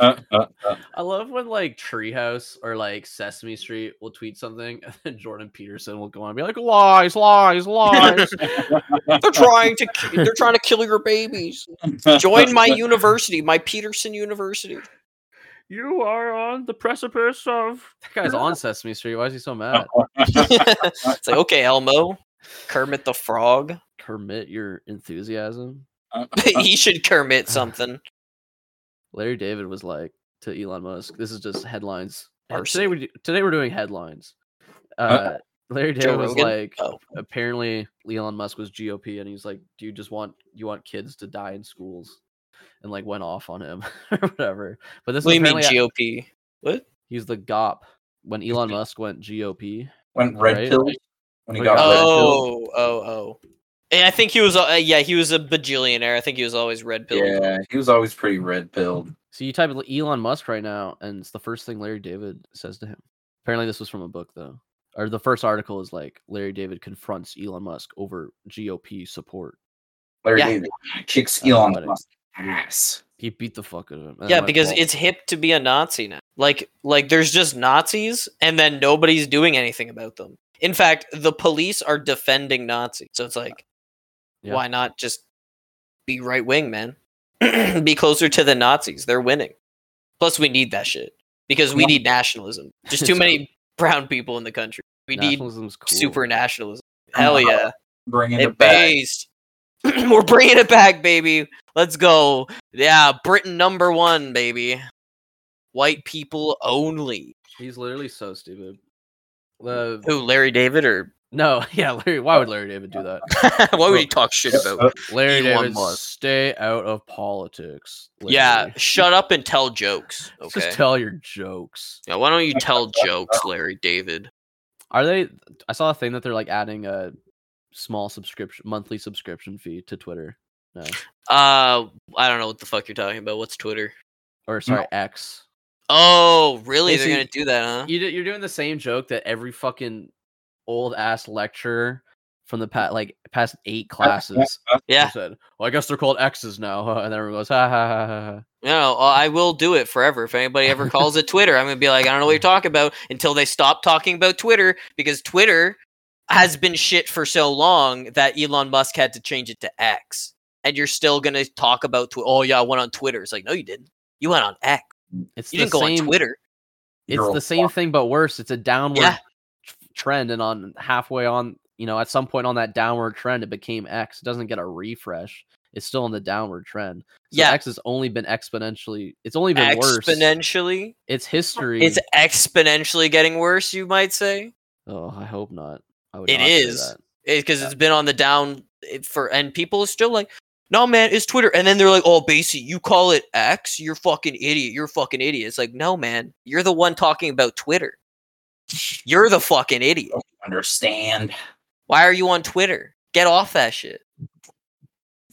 I love when like Treehouse or like Sesame Street will tweet something (laughs) and then Jordan Peterson will go on and be like lies, (laughs) lies, lies. They're trying to, ki- they're trying to kill your babies. (laughs) Join my university, my Peterson University. you are on the precipice of that (laughs) guy's on Sesame Street. Why is he so mad? Oh. it's like, okay, Elmo, Kermit the Frog. (laughs) Permit your enthusiasm. he should Kermit something. Larry David was like to Elon Musk. This is just headlines. Uh, Arson. Today we do- today we're doing headlines. Uh, Uh, Larry Joe David was Rogan? like Oh. apparently Elon Musk was GOP and he's like, do you just want you want kids to die in schools? And like went off on him (laughs) or whatever. But this What do was you mean apparently GOP? What? he's the GOP when Elon Musk went GOP. (laughs) Went red Right. pill when he We got got- red pill. Oh, oh, oh. Yeah, I think he was. Uh, yeah, he was a bajillionaire. I think he was always red pilled. Yeah, he was always pretty red pilled. So you type in Elon Musk right now, and it's the first thing Larry David says to him. Apparently, this was from a book, though. Or the first article is like Larry David confronts Elon Musk over GOP support. Larry Yeah. David kicks That's Elon funny. Musk's ass. He beat the fuck out of him. and Yeah, I'm like, because "Well, it's hip to be a Nazi now. Like, like there's just Nazis, and then nobody's doing anything about them. In fact, the police are defending Nazis. So it's like, Yeah. why not just be right wing, man? (clears throat) be closer to the Nazis. They're winning. Plus, we need that shit because we Yeah. need nationalism. Just (laughs) too many brown people in the country. We need Nationalism's cool. super nationalism. Hell yeah. Bringing It it back. based. (clears throat) We're bringing it back, baby. Let's go. Yeah, Britain number one, baby. White people only. He's literally so stupid. Uh, Who, Larry David or (laughs) no, (laughs) yeah, Larry. Why would Larry David do that? why would he talk shit about? Larry Elon David, Musk. stay out of politics. Yeah, Larry. shut up and tell jokes. Okay. just tell your jokes. Yeah, why don't you (laughs) tell jokes, Larry David? Are they? I saw a thing that they're like adding a small subscription, monthly subscription fee to Twitter. No, Uh, I don't know what the fuck you're talking about. What's Twitter? or sorry, X. Oh, really? They're gonna Basically, do that, huh? You, do- you're doing the same joke that every fucking old ass lecturer from the past, like past eight classes, (laughs) Yeah. said. Well, I guess they're called X's now, (laughs) huh?" and everyone goes, ha ha ha ha. ha. No, uh, I will do it forever. If anybody ever calls it Twitter, I'm gonna be like, I don't know what you're talking about until they stop talking about Twitter because Twitter has been shit for so long that Elon Musk had to change it to X. And you're still gonna talk about Twitter? Oh yeah, I went on Twitter. It's like, no, you didn't. You went on X. It's You the didn't go same. on Twitter. It's Girl the same thing, but worse. It's a downward Yeah. tr- trend, and on halfway on, you know, at some point on that downward trend, it became X. It doesn't get a refresh. It's still on the downward trend. So Yeah. X has only been exponentially. It's only been worse. Exponentially. It's history. It's exponentially getting worse, you might say, oh, I hope not. I would It not say is. that. because it's been on the down it- for, and people are still like, no, man, it's Twitter. And then they're like, oh, Basie, you call it X? You're fucking idiot. You're fucking idiot. It's like, no, man, you're the one talking about Twitter. You're the fucking idiot. Understand. Why are you on Twitter? Get off that shit.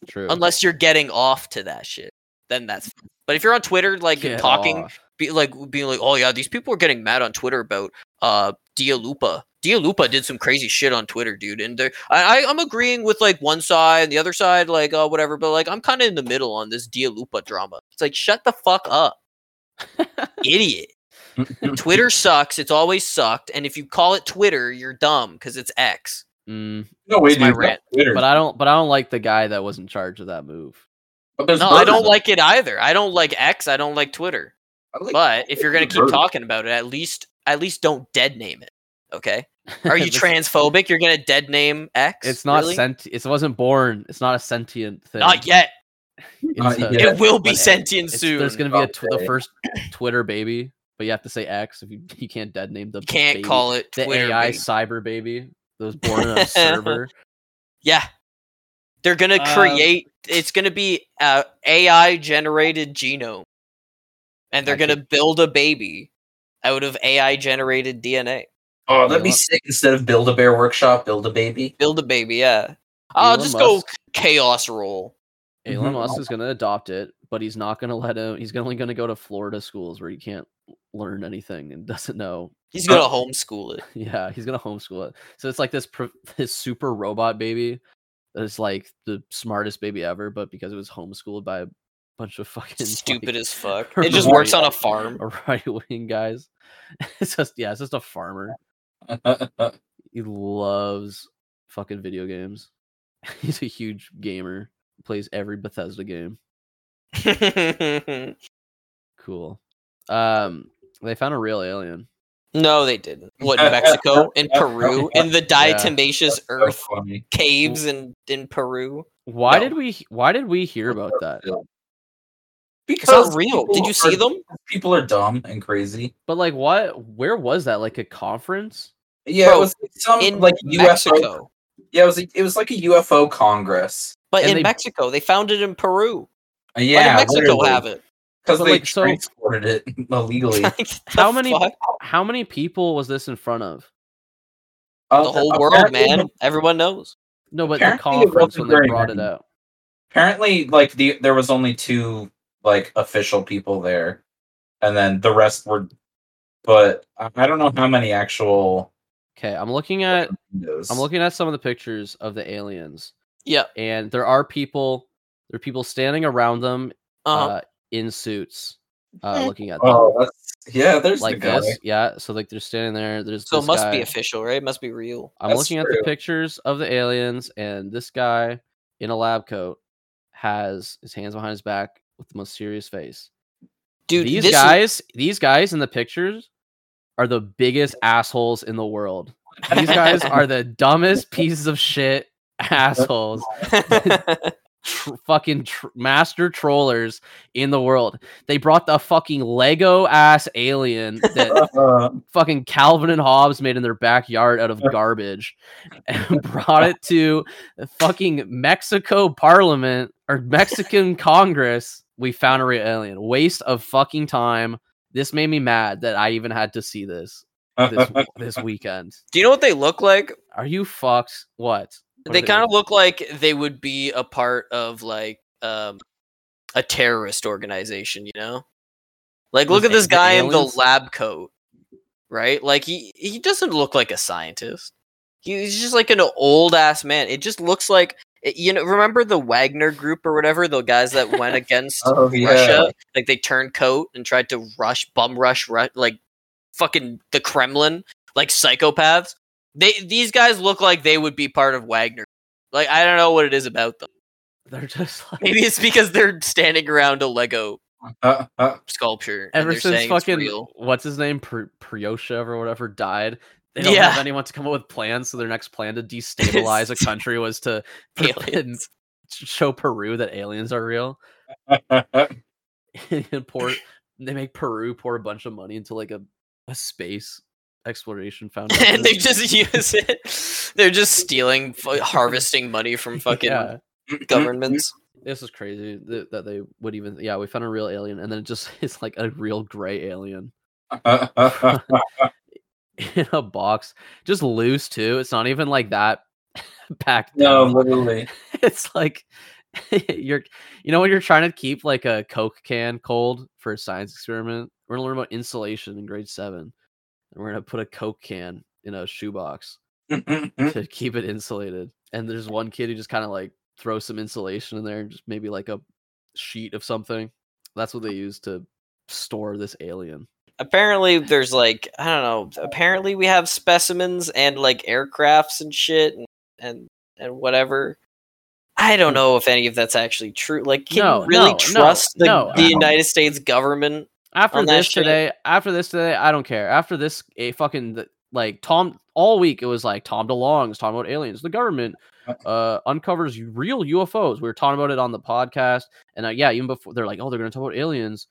True. Unless you're getting off to that shit, then that's. But if you're on Twitter, like (laughs) Get talking, off. be like being like, oh yeah, these people are getting mad on Twitter about uh Dia Lupa. Dia Lupa did some crazy shit on Twitter, dude. And they're I, I I'm agreeing with like one side and the other side, like uh whatever, but like I'm kinda in the middle on this Dia Lupa drama. It's like shut the fuck up. Idiot. Twitter sucks, it's always sucked, and if you call it Twitter, you're dumb because it's X. Mm, No way, It's my dude. rant. Twitter. but I don't. But I don't like the guy that was in charge of that move. But there's No, I don't birds. like it either. I don't like X, I don't like Twitter. I like- But if you're gonna keep Birds. talking about it, at least at least don't dead name it. Okay? (laughs) Are you This- transphobic? You're gonna dead name X? It's not Really? sent. It wasn't born. It's not a sentient thing. Not yet. Not It's a- yet. It will be But it- sentient It's- soon. There's gonna be a tw- the Okay. first Twitter baby, but you have to say X if you, you can't dead name the Can't baby- call it the Twitter. AI baby. cyber baby that was born (laughs) on a server. Yeah, they're gonna Um, create. it's gonna be a AI generated genome, and they're That could- gonna build a baby out of AI generated DNA. Oh, that'd be Elon- sick. Instead of build a bear workshop, build a (laughs) baby. Build a baby. Yeah. I'll Elon just go Musk- chaos roll. Elon Mm-hmm. Mhm. Musk is gonna adopt it, but he's not gonna let him. He's only gonna go to Florida schools where you can't learn anything and doesn't know. (laughs) He's gonna homeschool it. Yeah, he's gonna homeschool it. So it's like this pro- this super robot baby that is like the smartest baby ever, but because it was homeschooled by a bunch of fucking (laughs) Stupid like, as (laughs) fuck. her It just works on right- a farm. (laughs) (laughs) or right wing guys. It's just yeah, it's just a farmer. He loves fucking video games. (laughs) He's a huge gamer. Plays every Bethesda game. (laughs) Cool. Um, they found a real alien. no, they didn't. What in Mexico? In Peru? (laughs) In the Yeah. diatomaceous That's so earth? funny. caves in in Peru. Why No. did we? he- Why did we hear about that? It's not real. Did people you see are- them? People are dumb and crazy. But like, what? Where was that? Like a conference? Yeah, Bro, it was some In like UFO. Mexico. Yeah, it was. It was like a UFO Congress. But And in they- Mexico, they found it in Peru. Uh, Why did yeah, Mexico have it? (laughs) because But, they like, so- transported it (laughs) illegally. Like, (laughs) the How many- fuck? How many people was this in front of? Uh, The whole world, apparently- (laughs) man. Everyone knows. No, but the Apparently it conference wasn't when they very brought it many. out. Apparently, like the there was only two like official people there, and then the rest were. But I I don't know how many actual. Okay, I'm looking at Windows. I'm looking at some of the pictures of the aliens, Yeah. and there are people. There are people standing around them Uh-huh. Eh. uh, in suits. uh, looking at them Oh, that's yeah. There's like the guy. this. Yeah, so like they're standing there. There's So it this must guy. be official, right? It must be real. I'm That's looking at true. the pictures of the aliens, and this guy in a lab coat has his hands behind his back with the most serious face. Dude, these this is- (laughs) guys, these guys in the pictures are the biggest assholes in the world. These (laughs) guys (laughs) are the dumbest pieces of shit assholes, tr- fucking tr- master trollers in the world. They brought the fucking Lego ass (laughs) alien that Uh, fucking Calvin and Hobbes made in their backyard out of garbage and (laughs) brought it to the fucking Mexico Parliament or (laughs) Mexican Congress. We found a real alien. Waste of fucking time. This made me mad that I even had to see this uh, this, (laughs) this weekend. Do you know what they look like? Are you fucked? What? What they are kind of look like they would be a part of like um a terrorist organization you know like look Those at this a- the guy in the aliens? lab coat right like he he doesn't look like a scientist He- he's just like an old ass man it just looks like it- you know remember the wagner group or whatever the guys (laughs) that went against oh yeah. russia like they turned coat and tried to rush bum rush ru- like fucking the kremlin like psychopaths they these guys look like they would be part of wagner like i don't know what it is about them (laughs) They're just like maybe it's because they're standing around a lego Uh, uh, sculpture and ever they're since saying it's fucking (laughs) real. what's his name Pri- Priyoshev or whatever died. They don't Yeah. have anyone to come up with plans, so their next plan (laughs) to destabilize a country was to (laughs) Aliens. show Peru that aliens are real. (laughs) uh, and (laughs) pour they make Peru pour a bunch of money into like a, a space exploration foundation. (laughs) (laughs) and they just use it they're just stealing fu- harvesting money from (laughs) fucking yeah, governments this is crazy that, that they would even yeah we found a real alien and then it just (laughs) it's like a real gray alien (laughs) uh, in a box just loose too. It's not even like that (laughs) packed. no, down. literally. (laughs) it's like you're you know when you're trying to keep like a coke can cold for a science experiment we're gonna learn about insulation in grade seven and we're gonna put a coke can in a shoebox uh, Mm. to keep it insulated and there's one kid who just kind of like throws some insulation in there just maybe like a sheet of something that's what they use to store this alien apparently there's like i don't know apparently we have specimens and like aircrafts and shit and and, and whatever i don't know if any of that's actually true like can Hmm. No, you really no, no, trust the, no. the united states government after on that this shit. today after this today i don't care after this a fucking th- like tom all week it was like tom delong's talking about aliens the government uh uncovers real ufos we were talking about it on the podcast and uh, yeah even before they're like oh they're gonna talk about aliens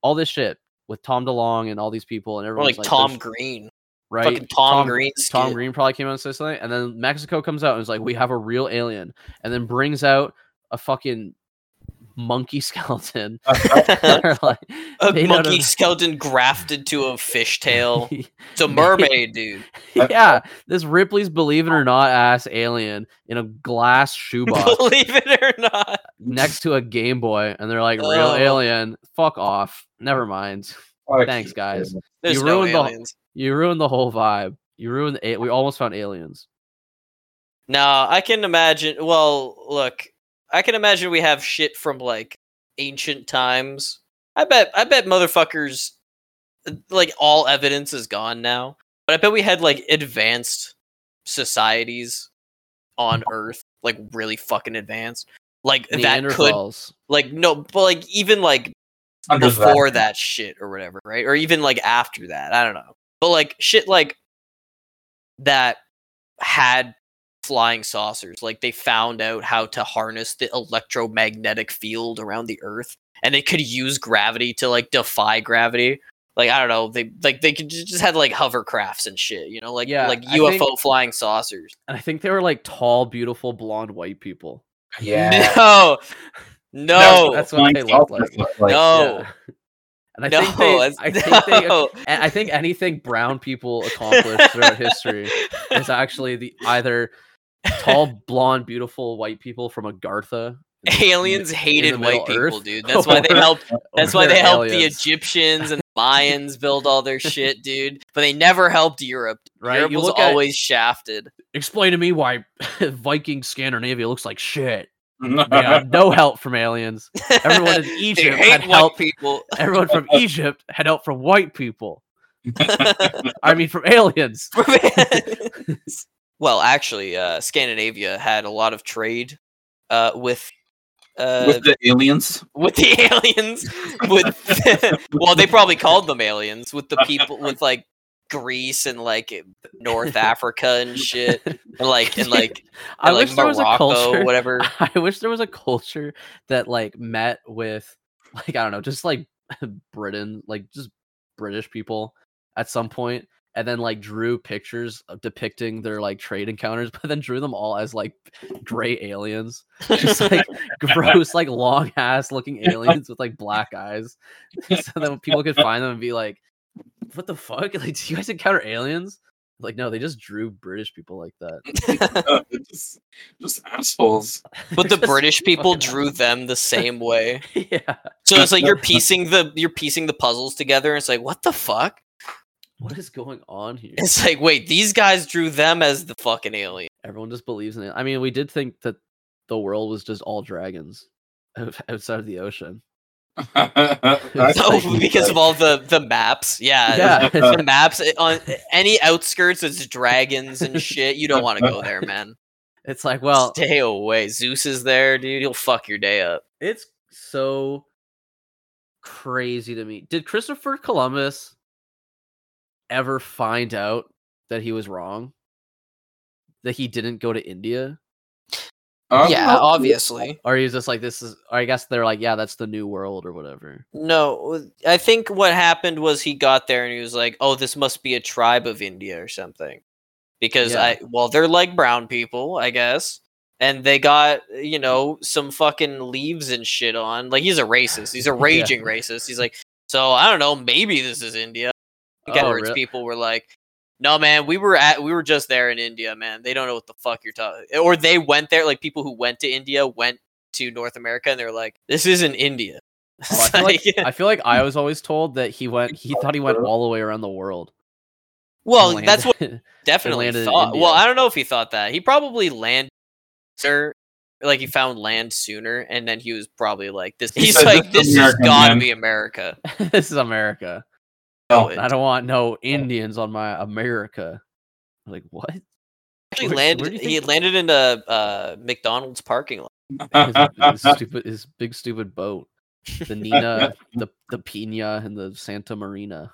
all this shit with tom delong and all these people and or everyone's like, like, tom there's- (laughs) green (laughs) right fucking tom, green's Tom kid. Green probably came out and said something, and then Mexico comes out and is like, "We have a real alien," and then brings out a fucking monkey (laughs) (laughs) skeleton, uh, They're like, a made out monkey of- skeleton grafted to (laughs) a fishtail it's a mermaid dude yeah, this Ripley's Believe It or Not ass alien in a (laughs) glass shoebox believe it or not next to a Game Boy, and they're like, "Real Oh. alien, fuck off, never mind." Fuck Thanks, you, guys. dude. there's You no ruined the- aliens You ruined the whole vibe. You ruined. The, a- we almost found aliens. No, I can imagine. Well, look, I can imagine we have shit from like ancient times. I bet, I bet motherfuckers, like all evidence is gone now. But I bet we had like advanced societies on Earth, like really fucking advanced. Like (laughs) that could, Neanderthals. like no, but like even like Under that. before that shit or whatever, right? Or even like after that. I don't know. But like shit like that had flying saucers. Like they found out how to harness the electromagnetic field around the earth and they could use gravity to like defy gravity. Like I don't know, they like they could ju- just had like hovercrafts and shit, you know, like Yeah, like I UFO think- flying saucers. and I think they were like tall, beautiful, blonde white people. (laughs) (laughs) Yeah. (laughs) No. No. (laughs) that's what they look like. no. (laughs) Yeah. And I no, think they, it's- I think they, (laughs) (laughs) no. and I think anything brown people accomplished throughout history (laughs) is actually the either tall, blonde, beautiful white people from Agartha. in the- aliens hated white Middle people, Earth? (laughs) dude. That's why they Or- helped. That's why they're they helped aliens, the Egyptians and (laughs) Mayans build all their shit, dude. But they never helped Europe. Right? Europe you was look at- always shafted. (laughs) (laughs) explain to me why Viking Scandinavia looks like shit. (laughs) They got no help from aliens. Everyone in They Egypt had hate white help. (laughs) people. Everyone (laughs) from Egypt had help from white people. I mean, from aliens. well, actually, uh, Scandinavia had a lot of trade uh, with. Uh, With the (laughs) aliens, (laughs) with the (laughs) aliens with (laughs) well they probably called them aliens with the people with like greece and like (laughs) north africa and shit and like and like I and, like wish there was a morocco culture. whatever (laughs) I wish there was a culture that like met with like I don't know, just like (laughs) Britain, like just British people at some point, and then like drew pictures of depicting their like trade encounters, (laughs) but then drew them all as like gray aliens, (laughs) just (laughs) like gross, like long ass looking aliens with like black eyes, (laughs) so then people could find them and be like, "What the fuck? (laughs) Like, do you guys encounter aliens?" Like, no, they just drew British people like that. Uh, just, just (laughs) assholes. (laughs) but the Just british people fucking drew them the same way (laughs) yeah. so it's like you're piecing the you're piecing the puzzles together and it's like what the fuck What is going on here? it's like wait these guys drew them as the fucking alien everyone just believes in it. I mean, we did think that the world was just all dragons (laughs) out- outside of the ocean. (laughs) That's no (laughs) like- Oh, because of all the the maps yeah Yeah, it's- the maps it- on eh, any outskirts it's dragons and shit you don't want to go there man it's like, well, stay away zeus is there dude he'll fuck your day up it's so crazy to me. Did Christopher Columbus ever find out that he was wrong? That he didn't go to India? Um, obviously Or he was just like, this is, or I guess they're like, yeah, that's the new world or (laughs) whatever. no i think what happened was he got there and he was like oh this must be a tribe of india or something because Yeah. i well they're like brown people i guess and they got you know some fucking leaves and shit on like he's a racist he's (laughs) a Yeah. raging racist he's like so i don't know maybe this is india Oh, Edwards rea- people were like, "No, man, we were at we were just there in India, man. They don't know what the fuck you're talking." Or they went there, like people who went to India went to North America, and they're like, "This isn't India." (laughs) Oh, I, It's feel like, like- I feel like I was always told that he went, he thought he went all the way around the world. (laughs) well, that's what landed- he definitely landed in thought. India. Well, I don't know if he thought that. He probably landed, sir. Like he found land sooner, and then he was probably like, "This." He He's said, like, "This "This is has American, got to man." be (laughs) America." (laughs) this is America. Oh, It Oh, I don't want no Indians on my America. I'm like (laughs) what? actually where- landed. where do you he think- landed in a uh, McDonald's parking lot. uh, His, his stupid, his big stupid boat, the Nina, the the Pina, and the Santa Marina,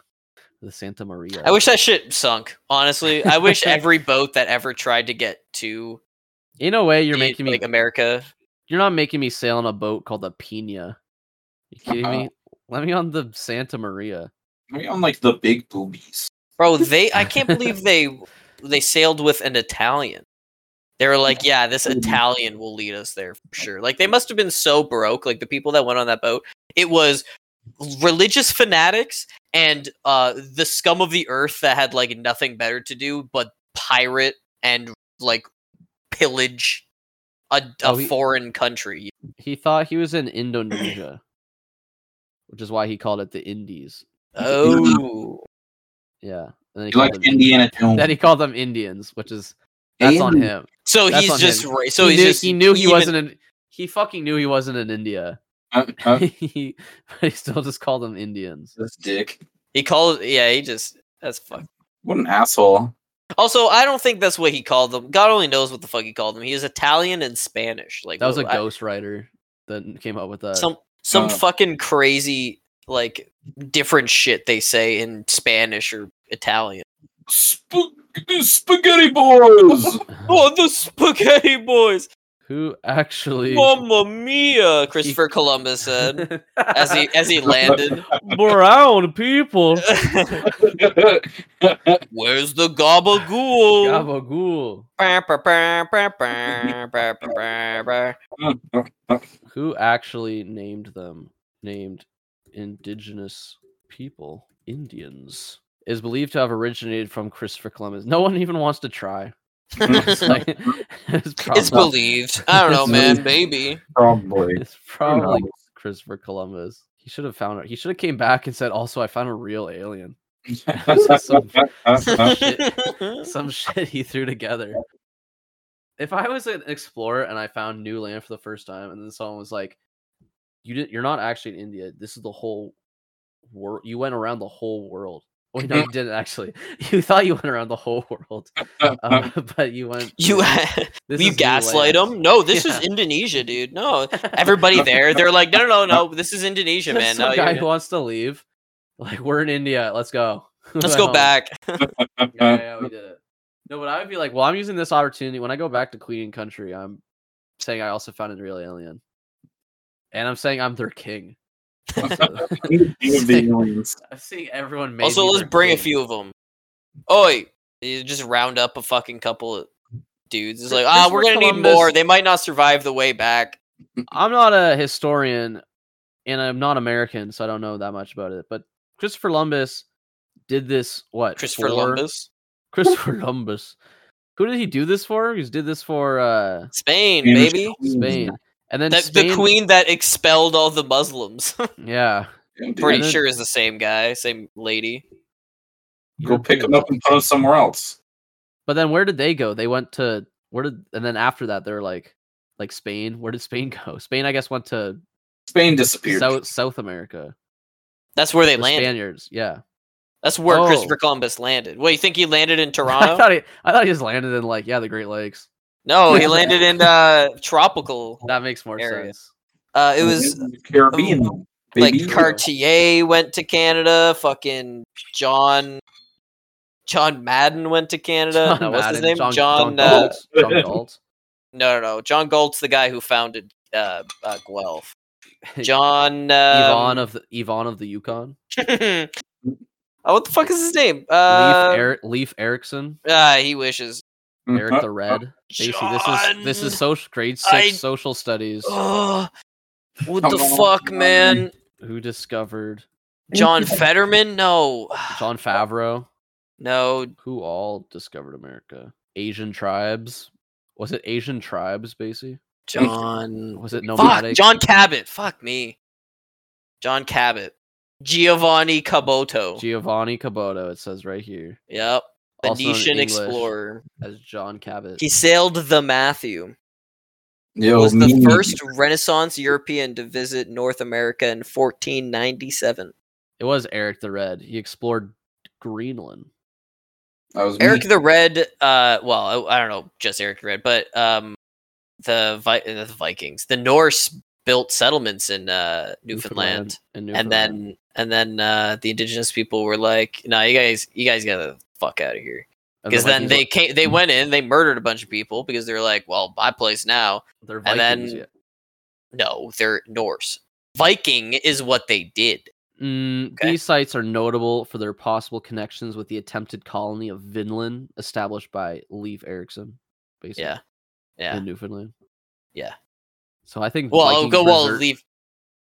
the Santa Maria. I wish that shit sunk. Honestly, (laughs) I wish every boat that ever tried to get to In a way, you're the- making me. like America. you're not making me sail on a boat called the Pina. You kidding me? Uh-huh. Let me on the Santa Maria. Are we on like the big boobies? Bro, they I can't believe they they sailed with an Italian. They were like, yeah, this Italian will lead us there for sure. Like they must have been so broke. Like the people that went on that boat, it was religious fanatics and uh the scum of the earth that had like nothing better to do but pirate and like pillage a, a Oh, he- foreign country. He thought he was in Indonesia, which is why he called it the Indies. Oh. Yeah, and then he You like called them- Indiana Jones? Then he called them Indians, which is that's on Indian. him. So That's he's on just him. ra- so he, he's knew, just he knew he even- wasn't in. He fucking knew he wasn't in India. Uh, uh, (laughs) he, but he still just called them Indians. this dick. He called yeah, he just that's fuck. What an asshole. Also, I don't think that's what he called them. God only knows what the fuck he called them. He was Italian and Spanish. Like That was a what- I- ghostwriter that came up with that. some some Uh. fucking crazy like different shit they say in Spanish or (laughs) Italian. Sp- spaghetti (laughs) (laughs) boys. Oh, the spaghetti boys! (laughs) Who actually? Mamma mia! Christopher Columbus said as (laughs) he (laughs) as he landed. (laughs) brown (laughs) people. Where's the gabagool? Gabagool. (laughs) Bah, bah, bah, bah, bah, bah, bah, bah, bah. Who actually named them? Named indigenous people. Indians is believed to have originated from Christopher Columbus. No one even wants to (laughs) try. It's, like, (laughs) it's probably- It's believed. I don't know, It's man. believed. Maybe. Probably. It's probably Christopher Columbus. He should have found it. He should have came back and said, "Also, I found a real alien." (laughs) Some shit, some shit he threw together. if I was an explorer and I found new land for the first time, and then someone was like, "You didn't. You're not actually in India. This is the whole world. You went around the whole world." Well, (laughs) no, you didn't actually. (laughs) You thought you went around the whole world, uh, (laughs) but you went. (laughs) You this you is new gaslight land. them? No, this is Yeah. (laughs) Indonesia, dude. No, everybody there, they're like, no, no, no, no. This is (laughs) Indonesia, There's man. some No, guy you're who good. wants to leave. Like we're in India. Let's go. (laughs) Let's Went go home. back. Yeah, yeah, we did it. No, but I would be like, well, I'm using this opportunity when I go back to Queen Country. I'm saying I also found a real alien, and I'm saying I'm their king. So- You do the aliens. I'm seeing everyone. Made Also, me let's their bring a king. few of them. Oi, you just round up a fucking couple of dudes. It's like, ah, Here's we're where gonna need Columbus- more. They might not survive the way back. I'm not a historian and I'm not American, so I don't know that much about it. But Christopher Columbus did this what? Christopher for- Columbus, (laughs) Christopher Columbus. Who did he do this for? He did this for uh Spain, Spanish baby. queens. Spain. And then That, Spain, The queen that expelled all the Muslims. (laughs) Yeah. Pretty And then- sure is the same guy, same lady. Go pick them up and put them somewhere else. But then where did they go? They went to where did and then after that they're like like Spain. Where did Spain (laughs) go? Spain, I guess, went to Spain disappeared. South South America. That's where they The landed. Spaniards, yeah. (laughs) That's where Oh. Christopher Columbus landed. What you think he landed (laughs) in I Toronto? thought he I thought he just landed in like, yeah, the Great Lakes. no, he landed in uh, tropical. That makes more area. (laughs) sense. (laughs) Uh, it was oh, Caribbean. baby. like Cartier went to Canada. Fucking John, John Madden went to Canada. no, what's his Madden, name? John. John uh, Galt. (laughs) John Galt. no, no, no. John Galt's the guy who founded uh, uh, (laughs) Guelph. John. Uh, Yvonne of the Yvonne of the Yukon. (laughs) oh, what the fuck is his name? Leaf Uh, Mm-hmm. Eric Leaf Erickson. ah, he wishes. Mm-hmm. Eric the Red. Basically, this is this is social grade six I- social studies. (sighs) Oh, what the Come on, fuck, man? Who (sighs) discovered John Fetterman? No, John Favreau? (sighs) no. Who all discovered America? Asian tribes. Was it Asian tribes, Basie? John. Was it Fuck, nomadic? John Cabot. Fuck me. John Cabot. Giovanni Caboto. Giovanni Caboto. It says right here yep. Also in Venetian English. explorer. as John Cabot. He sailed the Matthew. Yo, was the me. first Renaissance European to visit North America in 1497. It was Eric the Red. He explored Greenland. That was me. Eric the Red. Uh, well, I, I don't know, just Eric the Red, but um, the, Vi- uh, the Vikings, the Norse built settlements in uh, Newfoundland. and and Newfoundland. then and then uh, the indigenous people were like, "No, you guys, you guys got the fuck out of here." And the Because then Vikings- they came, Hmm. they went in, they murdered a bunch of people because they're like, "Well, my place now." they're and Vikings. then- yeah. No, they're Norse. Viking is what they did. Mm, Okay. These sites are notable for their possible connections with the attempted colony of Vinland established by Leif Erikson, basically Yeah, yeah. in Newfoundland. Yeah. So I think Well, I'll Viking go all berser- (laughs) leave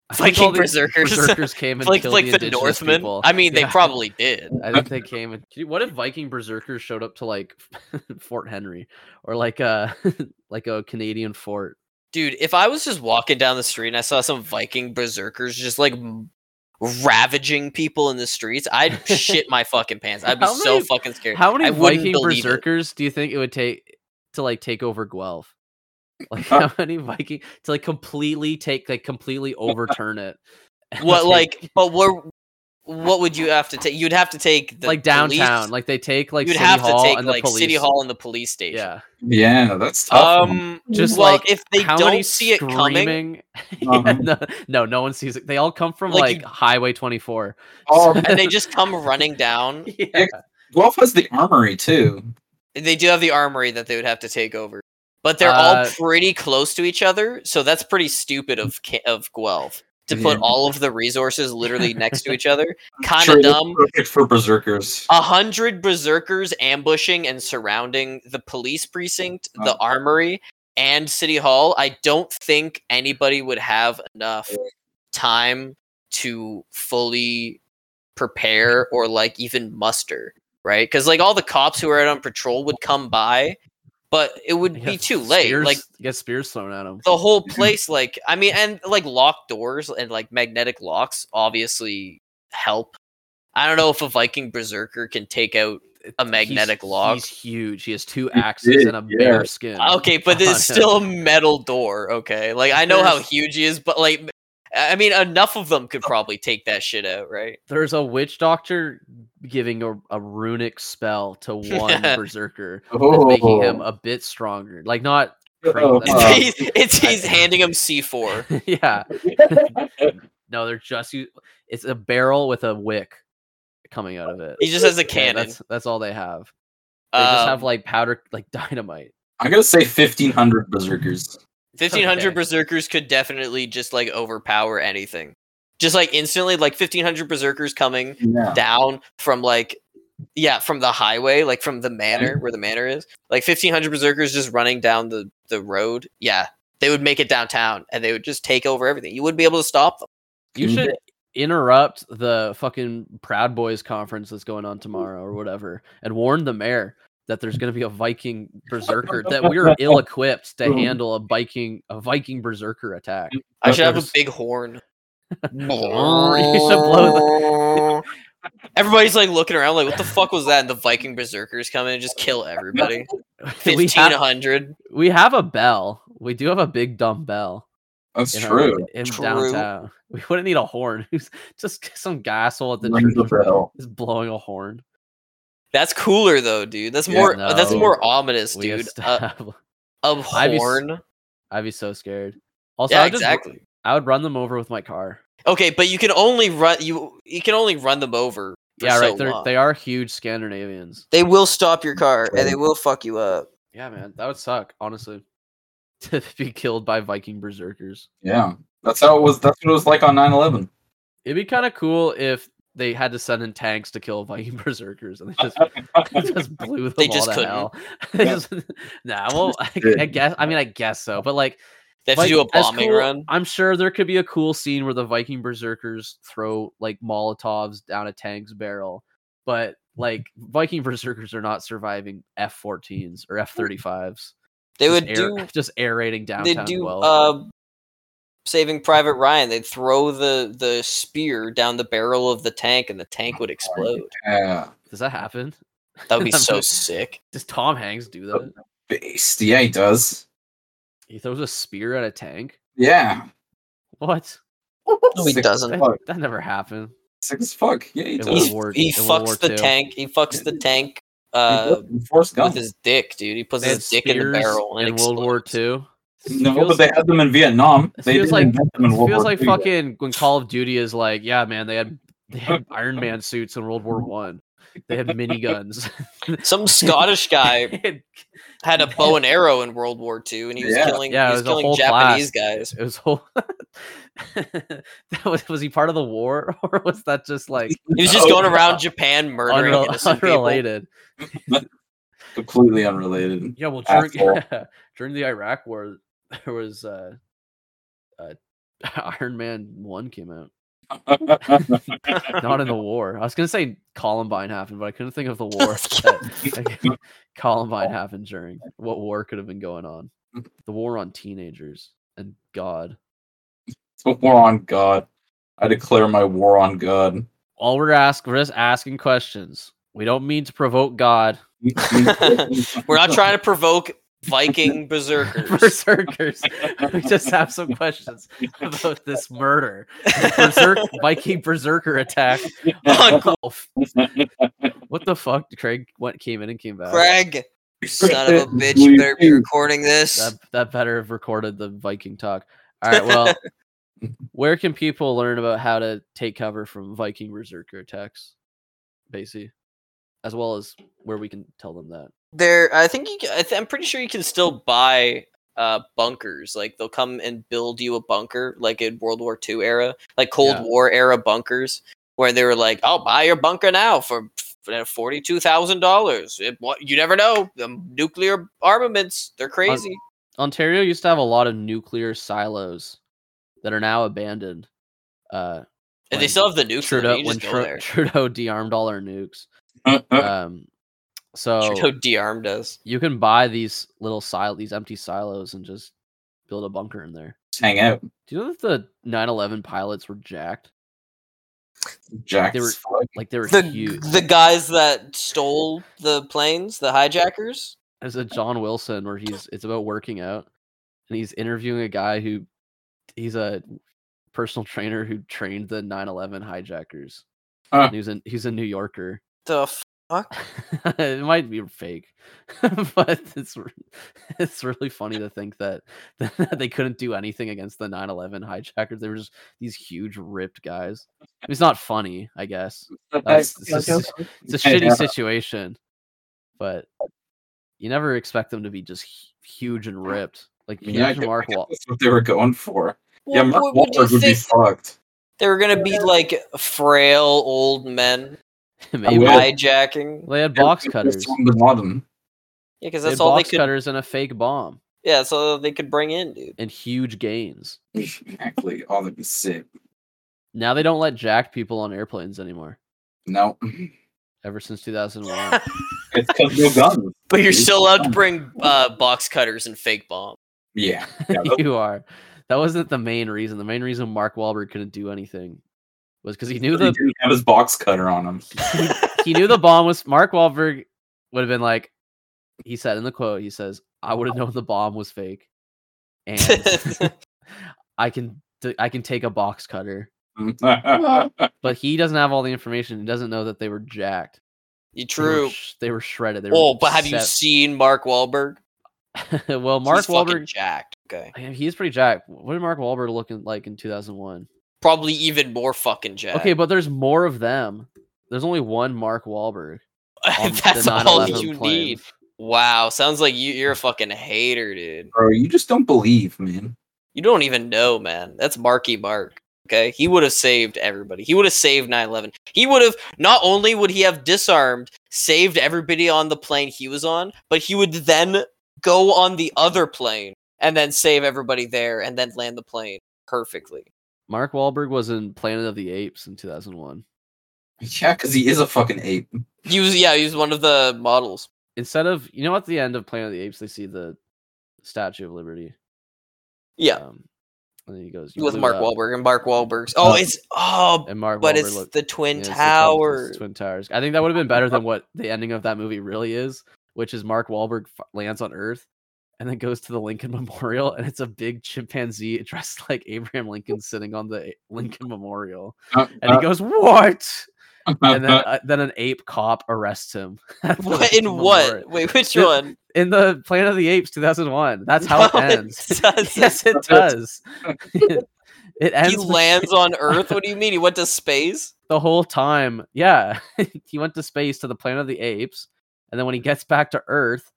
I think all Viking the berserkers, (laughs) berserkers (laughs) came and like killed like the, the, indigenous Northmen. people. I mean, they Yeah. probably did. (laughs) I think they came (laughs) and Dude, what if Viking berserkers showed up to like (laughs) Fort Henry or like a (laughs) like a Canadian fort? Dude, if I was just walking down the street and I saw some Viking berserkers just like m- ravaging people in the streets, I'd (laughs) shit my fucking pants. I'd be How so many- fucking scared. How many I wouldn't Viking believe it. berserkers do you think it would take to like take over Guelph? (laughs) Like Uh how many Viking to like completely take like (laughs) completely overturn it? and, (laughs) What like? But where? What would you have to take? You'd have to take the like police- downtown? Like they take like you'd city have hall to take and like the police. city hall and the police station. Yeah, Yeah, that's tough. Um. just well, like if they how many don't see it coming, screaming? (laughs) Yeah, Uh-huh. no, no, no one sees it. They all come from Like, like, you- Highway 24. oh, and they (laughs) just come running down, Yeah. Guelph has the armory too. they do have the armory that they would have to take over. But they're Uh, all pretty close to each other, so that's pretty stupid of Ca- of Guelph to put Yeah. all of the resources literally next to each other. Kind Sure, of that's dumb. Perfect for berserkers. A hundred berserkers ambushing and surrounding the police precinct, the Oh. armory, and city hall. I don't think anybody would have enough time to fully prepare or like even muster, right? Because like all the cops who are out on patrol would come by, but it would You be have too late. Spears, Like you get spears thrown at them. the whole (laughs) place like i mean and like locked doors and like magnetic locks obviously help i don't know if a viking berserker can take out a magnetic he's, log. Ah, He's huge. He has two He's axes and a big, yeah. bare skin. (laughs) Okay, but on it's him. still a metal door. Okay, like I know how There's- Oh. huge he is, but like, I mean, enough of them could probably take that shit out, right? There's a witch doctor giving a, a runic spell (laughs) to one berserker, that's Oh, making him a bit stronger. Like not. (laughs) Oh, crazy. wow. (laughs) (laughs) (laughs) he's, it's he's handing him C four. yeah. Uh, No, they're just u- it's a barrel with a wick coming out of it. He just has a Yeah, cannon. Um, that's that's all they have. They just have like powder, like (laughs) dynamite. I'm gonna say 1500 berserkers. Fifteen hundred okay. berserkers could definitely just like overpower anything, just like instantly. Like fifteen hundred berserkers coming Yeah. down from like, yeah, from the highway, like from the Mm-hmm. manor where the manor is. Like fifteen hundred berserkers just running down the the road. Yeah, they would make it downtown and they would just take over everything. You wouldn't be able to stop them. You Mhm. should interrupt the fucking Proud Boys conference that's going on tomorrow or whatever, and warn the mayor that there's going to be a Viking (laughs) berserker that we're ill equipped to Mm. handle a Viking a Viking berserker attack. I should have a Berserkers. big horn. (laughs) you should blow (laughs) Everybody's like looking around, like, what the fuck was that? And the Viking berserkers come in and just kill everybody. (laughs) we (laughs) Fifteen have hundred. we have a bell. We do have a big dumb bell. That's in our- true. in True. downtown. (laughs) We wouldn't need a horn. (laughs) Who's just some guy asshole at the Ring the church bell. is blowing a horn. That's cooler though, dude. That's Yeah, more. That's no. more ominous, We dude. uh, A, estab- a (laughs) I'd be s- horn. I'd be so scared. Also, Yeah, I would just- exactly. I would run them over with my car. Okay, but you can only run you. You can only run them over. for Yeah, so right. They're, long. they are huge Scandinavians. They will stop your car and they will fuck you up. Yeah, man, that would suck, honestly, (laughs) to be killed by Viking berserkers. Yeah. That's how it was. That's what it was like on 9 (laughs) 11. It'd be kind of cool if they had to send in tanks to kill Viking (laughs) berserkers, and they just (laughs) they just blew them They just all to couldn't. hell. (laughs) They Yeah. just- nah, (laughs) well, I, I couldn't. guess. I mean, I guess so, but like, They have like, to do a as bombing cool- run. I'm sure there could be a cool scene where the Viking berserkers throw like Molotovs down a tank's barrel, but like Viking (laughs) berserkers are not surviving F-14s or F-35s. They Just would air- (laughs) do. just aerating They downtown. do. well. Uh, Saving Private Ryan. They'd throw the the spear down the barrel of the tank and the tank would explode. Yeah. Does that happen? That would be I'm (laughs) so like- sick. Does Tom Hanks do that? Oh. Based. Yeah, he does. He throws a spear at a tank. Yeah. What? No, he Sick- doesn't. That, Fuck. that never happened. Sick as fuck. Yeah, he It does. He's, World War- he in World War fucks the Two. tank. He fucks the tank. Uh, Force with Gump. his dick, dude. He puts They had his dick in the spears barrel and in World War Two. Two. No, feels- but they had them in Vietnam. It They feels didn't like invent them in World feels War like II. fucking when Call of Duty is like, yeah, man, they had (laughs) they had Iron Man suits in World War One. They had (laughs) miniguns. Some (laughs) Scottish guy it had a bow and arrow in World War Two, and he was Yeah. killing. Yeah, it he was, was a killing whole Japanese guys. was whole. (laughs) that was was he part of the war (laughs) or was that just like He was just Oh, going around Japan murdering unrel- innocent people. unrelated? Completely unrelated. (laughs) Yeah, well, during, (laughs) Asshole. during the Iraq War, there was uh, uh, (laughs) Iron Man One came out. Not in the war. I was gonna say Columbine happened, but I couldn't think of the war. (laughs) that- like, Columbine happened during what war could have been going on? The war on teenagers and God. war on God. I declare my war on (laughs) God. All we're asking, we're just asking questions. We don't mean to provoke God. (laughs) We're (laughs) not trying to provoke Viking berserkers. Berserkers. we just have some questions about this murder. The (laughs) berserk, Viking berserker attack on golf. What the fuck? Craig went came in and came back. Craig, you son of a bitch, Will you you better be please- recording this. (laughs) That that better have recorded the Viking talk. All right, well, where can people learn about how to take cover from Viking berserker attacks, Basie, as well as where we can tell them that? There, I think you. ca- I th- I'm pretty sure you can still buy uh bunkers. Like they'll come and build you a bunker, like in World War II era, like Cold Yeah. War era bunkers, where they were like, "I'll buy your bunker now for." uh, Forty-two thousand dollars. What you never know. Them nuclear armaments—they're crazy. Ontario used to have a lot of nuclear silos that are now abandoned. Uh, and they when still have the nukes. Trudeau, Trudeau, you when just go Tru- there. Trudeau dearmed all our nukes. Um, so Trudeau dearmed us. you can buy these little sil- these empty silos and just build a bunker in there. Just hang out. Do you know that the 9/11 pilots were jacked? Jack. They were- Like they were The huge. the guys that stole the planes, the hijackers. There's a John Wilson where he's it's about working out, and he's interviewing a guy who he's a personal trainer who trained the 9/11 hijackers. Huh. And He's a he's a New Yorker. (laughs) The f- it might be fake, (laughs) but it's re- it's really funny to think that, (laughs) that they couldn't do anything against the 9/11 hijackers. They were just these huge ripped guys. It's not funny, I guess. That's, Uh, it's, just- (laughs) it's a shitty situation, but you never expect them to be just hu- huge and ripped. Like huge Yeah, I get- Mark (laughs) Wahl- That's what they were going for. yeah, What- Mark what would you Wahlberg would be think fucked. they were gonna be like frail old men Maybe. will. Well, hijacking? They had box They're cutters. just on the bottom. Yeah, because They had that's all they box could. cutters and a fake bomb Yeah, that's all they could bring in, dude. and huge gains. Exactly. Oh, that'd be sick. Now they don't let jacked people on airplanes anymore. No, Ever (laughs) since 2001. it's because no guns. But you're still allowed to bring uh, box cutters and fake (laughs) bombs. (laughs) Yeah, yeah that- you are. That wasn't the main reason. The main reason Mark Wahlberg couldn't do anything was because he knew he the didn't have his box cutter on him. he knew the bomb was Mark Wahlberg would have been like he said in the quote, he says, I would have known the bomb was fake. (laughs) And I can t- I can take a box cutter. But he doesn't have all the information. He doesn't know that they were jacked. They You were true. sh- They were, shredded. They were Oh, but have you set- seen Mark Wahlberg? (laughs) well, Mark He's fucking Wahlberg, jacked. Okay, yeah, he's pretty jacked. What did Mark Wahlberg looking like in 2001? probably even more fucking jacked. (laughs) Okay, but there's more of them. There's only one Mark (laughs) Wahlberg. on the that's all 9/11 you plane. need. Wow, sounds like you, you're a fucking hater, (laughs) dude. Bro, you just don't believe, man. You don't even know, man. That's Marky Mark. Okay, he would have saved everybody. He would have saved 9/11. He would have not only would he have disarmed, saved everybody on the plane he was on, but he would then go on the other plane and then save everybody there and then land the plane perfectly. Mark Wahlberg was in Planet of the Apes in 2001. Yeah, because he is a fucking ape. He was yeah, he was one of the models. Instead of you know at the end of Planet of the Apes they see the Statue of Liberty. Yeah, Um, and then he goes "You with blew Mark it up." Wahlberg and Mark Wahlberg's. Oh, Uh, it's oh, And Mark but Wahlberg it's looked- the Twin yeah, it's the Towers. (laughs) it's Twin Towers. I think that would have been better than what the ending of that movie really is, which is Mark Wahlberg f- lands on Earth and then goes to the Lincoln (laughs) Memorial and it's a big chimpanzee (laughs) dressed like Abraham Lincoln sitting on the Lincoln Memorial Uh, and he (laughs) goes what? uh, And then uh, uh, then an ape cop arrests him. (laughs) at the What, Lincoln in what? Memorial. (laughs) Wait, which Th- one? in the Planet of the Apes 2001. That's how (laughs) No, it ends. (laughs) doesn't. yes, it does. (laughs) it ends. he with lands on Earth. What do you mean? He went (laughs) to space? the whole time. Yeah, (laughs) he went to space to the Planet of the Apes, and then when he gets back to Earth,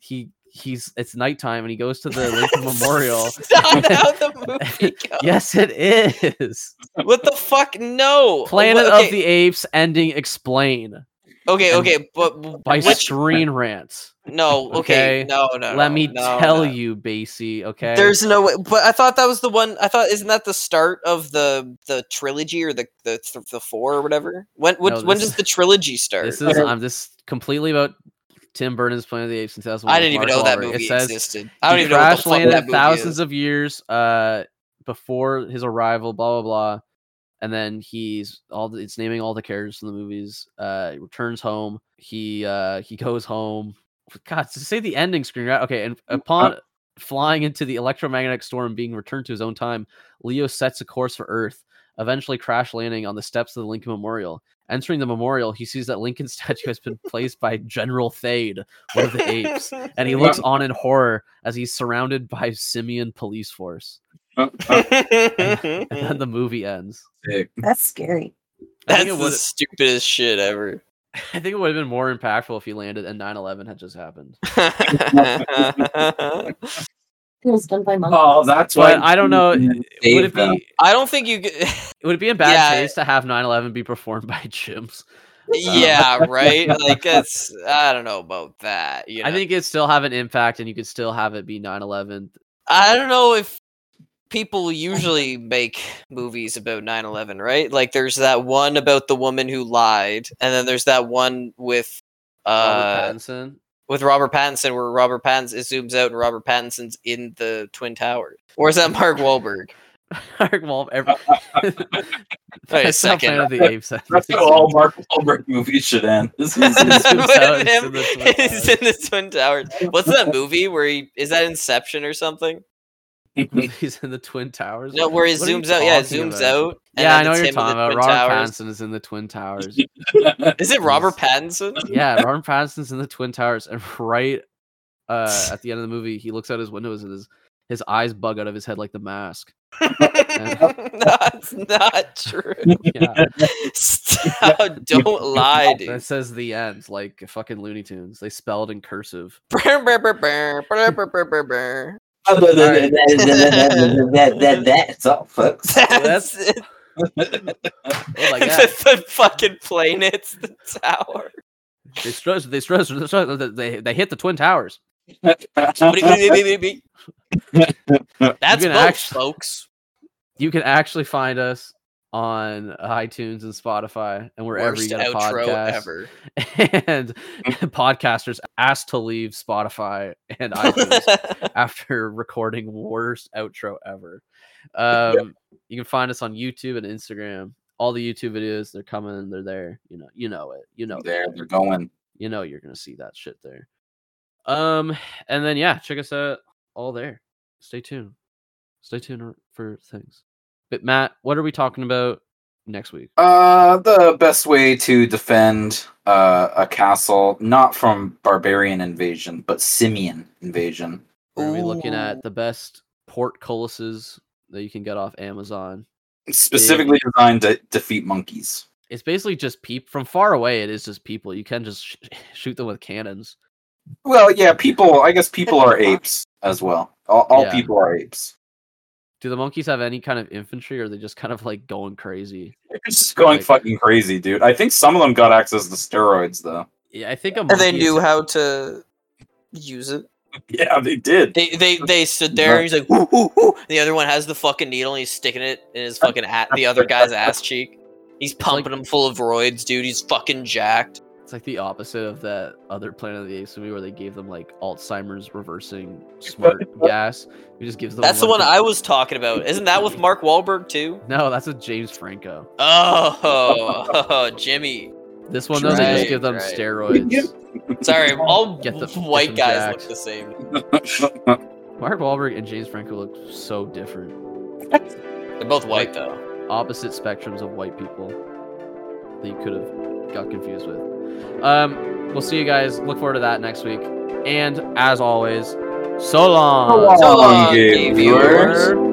he he's it's nighttime and he goes to the Lincoln (laughs) Memorial. (laughs) That's not how the movie goes. Yes, it is. (laughs) What the fuck? No. Planet Wha- okay, of the Apes ending explain Okay, and- okay, but by which? screen rants. No. Okay. okay, No. No. Let no, me no, tell no. you, Basie. Okay. There's no way, but I thought that was the one. I thought isn't that the start of the the trilogy or the the th- the four or whatever? When when, No, when this- does the trilogy start? This is I'm just completely about Tim Burton's Planet of the Apes in 2001. I didn't even Mark know that Wahlberg. movie It says existed. I don't he even know what the crash fuck landed that movie thousands (laughs) is. of (laughs) years uh, before his arrival. Blah blah blah. And then he's all the, it's naming all the characters from the movies. Uh, he returns home. He uh, he goes home. God, to say the ending screen right? Okay, and Mm, upon flying into the electromagnetic storm, being returned to his own time, Leo sets a course for Earth. Eventually, crash landing on the steps of the Lincoln Memorial. Entering the memorial, he sees that Lincoln's (laughs) statue has been placed by General Thade, one of the apes and (laughs) he looks on in horror as he's surrounded by simian police force. uh, uh, And then the movie ends. sick. That's scary. I That's think, it the would, stupidest shit ever. I think it would have been more impactful if he landed and 9-11 had just happened. (laughs) I It was done by monkeys. Oh, that's why. But I don't know. Would Would it be don't think you. Could... (laughs) would it be in bad Yeah. taste to have 9-11 be performed by (laughs) chimps? (laughs) yeah, right. Like that's. I don't know about that. You know? I think it'd still have an impact and you could still have it be 9-11. I don't know if people usually make movies about 9/11, right? Like there's that one about the woman who lied, and then there's that one with uh Robert Pattinson. (laughs) with Robert Pattinson where Robert Pattinson it zooms out and Robert Pattinson's in the Twin Towers. Or is that Mark Wahlberg? Mark Wahlberg. (laughs) Every... Wait a (laughs) That's how second. Planet of the Apes. That's how all Mark Wahlberg movies (laughs) (laughs) should end. This is, this (laughs) is- With Towers, him in the Twin (laughs) He's in the Twin Towers. What's that movie where he is that Inception or something? (laughs) He's in the Twin Towers. No, where he What are you zooms out. Yeah, it talking zooms about? out. and yeah, then I know what you're it's him in the talking about. Twin Robert Towers. Pattinson is in the Twin Towers. Is it Robert Pattinson? yeah, Robert Pattinson's in the Twin Towers, and (laughs) right uh, at the end of the movie, he looks out his windows and his his eyes bug out of his head like the (laughs) mask. (laughs) That's not true. Yeah, Stop, don't lie, dude. that says the end like fucking Looney Tunes. They spelled in cursive. (laughs) Brr, brr, brr, brr, brr, brr, brr, brr, brr. That's all, folks. (laughs) That's that's- it. Oh (laughs) my god! the, the fucking plane hits the (laughs) tower. they stress. They stress. They, stress- they- they they hit the Twin Towers. That's can (laughs) both, act- folks. You can actually find us on iTunes and Spotify and wherever Worst you get a outro podcast. ever. (laughs) and (laughs) podcasters asked to leave Spotify (laughs) and iTunes after (laughs) recording worst outro ever. Um, you can find us on YouTube and Instagram. All the YouTube videos, they're coming, they're there. You know, you know it. You know There, they're going. You know you're gonna see that shit there. Um, and then yeah, check us out all there. Stay tuned. Stay tuned r- for things. But Matt, what are we talking about next week? Uh, the best way to defend uh, a castle, not from barbarian invasion, but simian invasion. Are we looking Ooh. at the best portcullises that you can get off Amazon? Specifically designed to defeat monkeys. It's basically just peep from far away. It is just people. You can just sh- (laughs) shoot them with cannons. Well, yeah, people. I guess people are apes as well. All, all Yeah. people are apes. Do the monkeys have any kind of infantry, or are they just kind of like going crazy? They're just going Like- fucking crazy, dude. I think some of them got access to steroids, though. Yeah, I think a And monkey. they is- knew how to use it. Yeah, they did. They they they stood there. and He's like, ooh, ooh, ooh. The other one has the fucking needle, and he's sticking it in his fucking at the other guy's ass cheek. He's pumping him full of roids, dude. He's fucking jacked. It's like the opposite of that other Planet of the Apes movie where they gave them like Alzheimer's reversing smart gas. It just gives them. That's the one con- I was talking about. Isn't that with Mark Wahlberg too? (laughs) No, that's a James Franco. Oh, (laughs) Jimmy. This one though, they just Right, give them right. steroids. Sorry, (laughs) all Get the- get them white guys jacked. look the same. Mark Wahlberg and James Franco look so different. They're both white though. Opposite spectrums of white people that you could have got confused with. Um, we'll see you guys. Look forward to that next week. And as always, so long. So long, long, gay gay viewers. viewers. Word.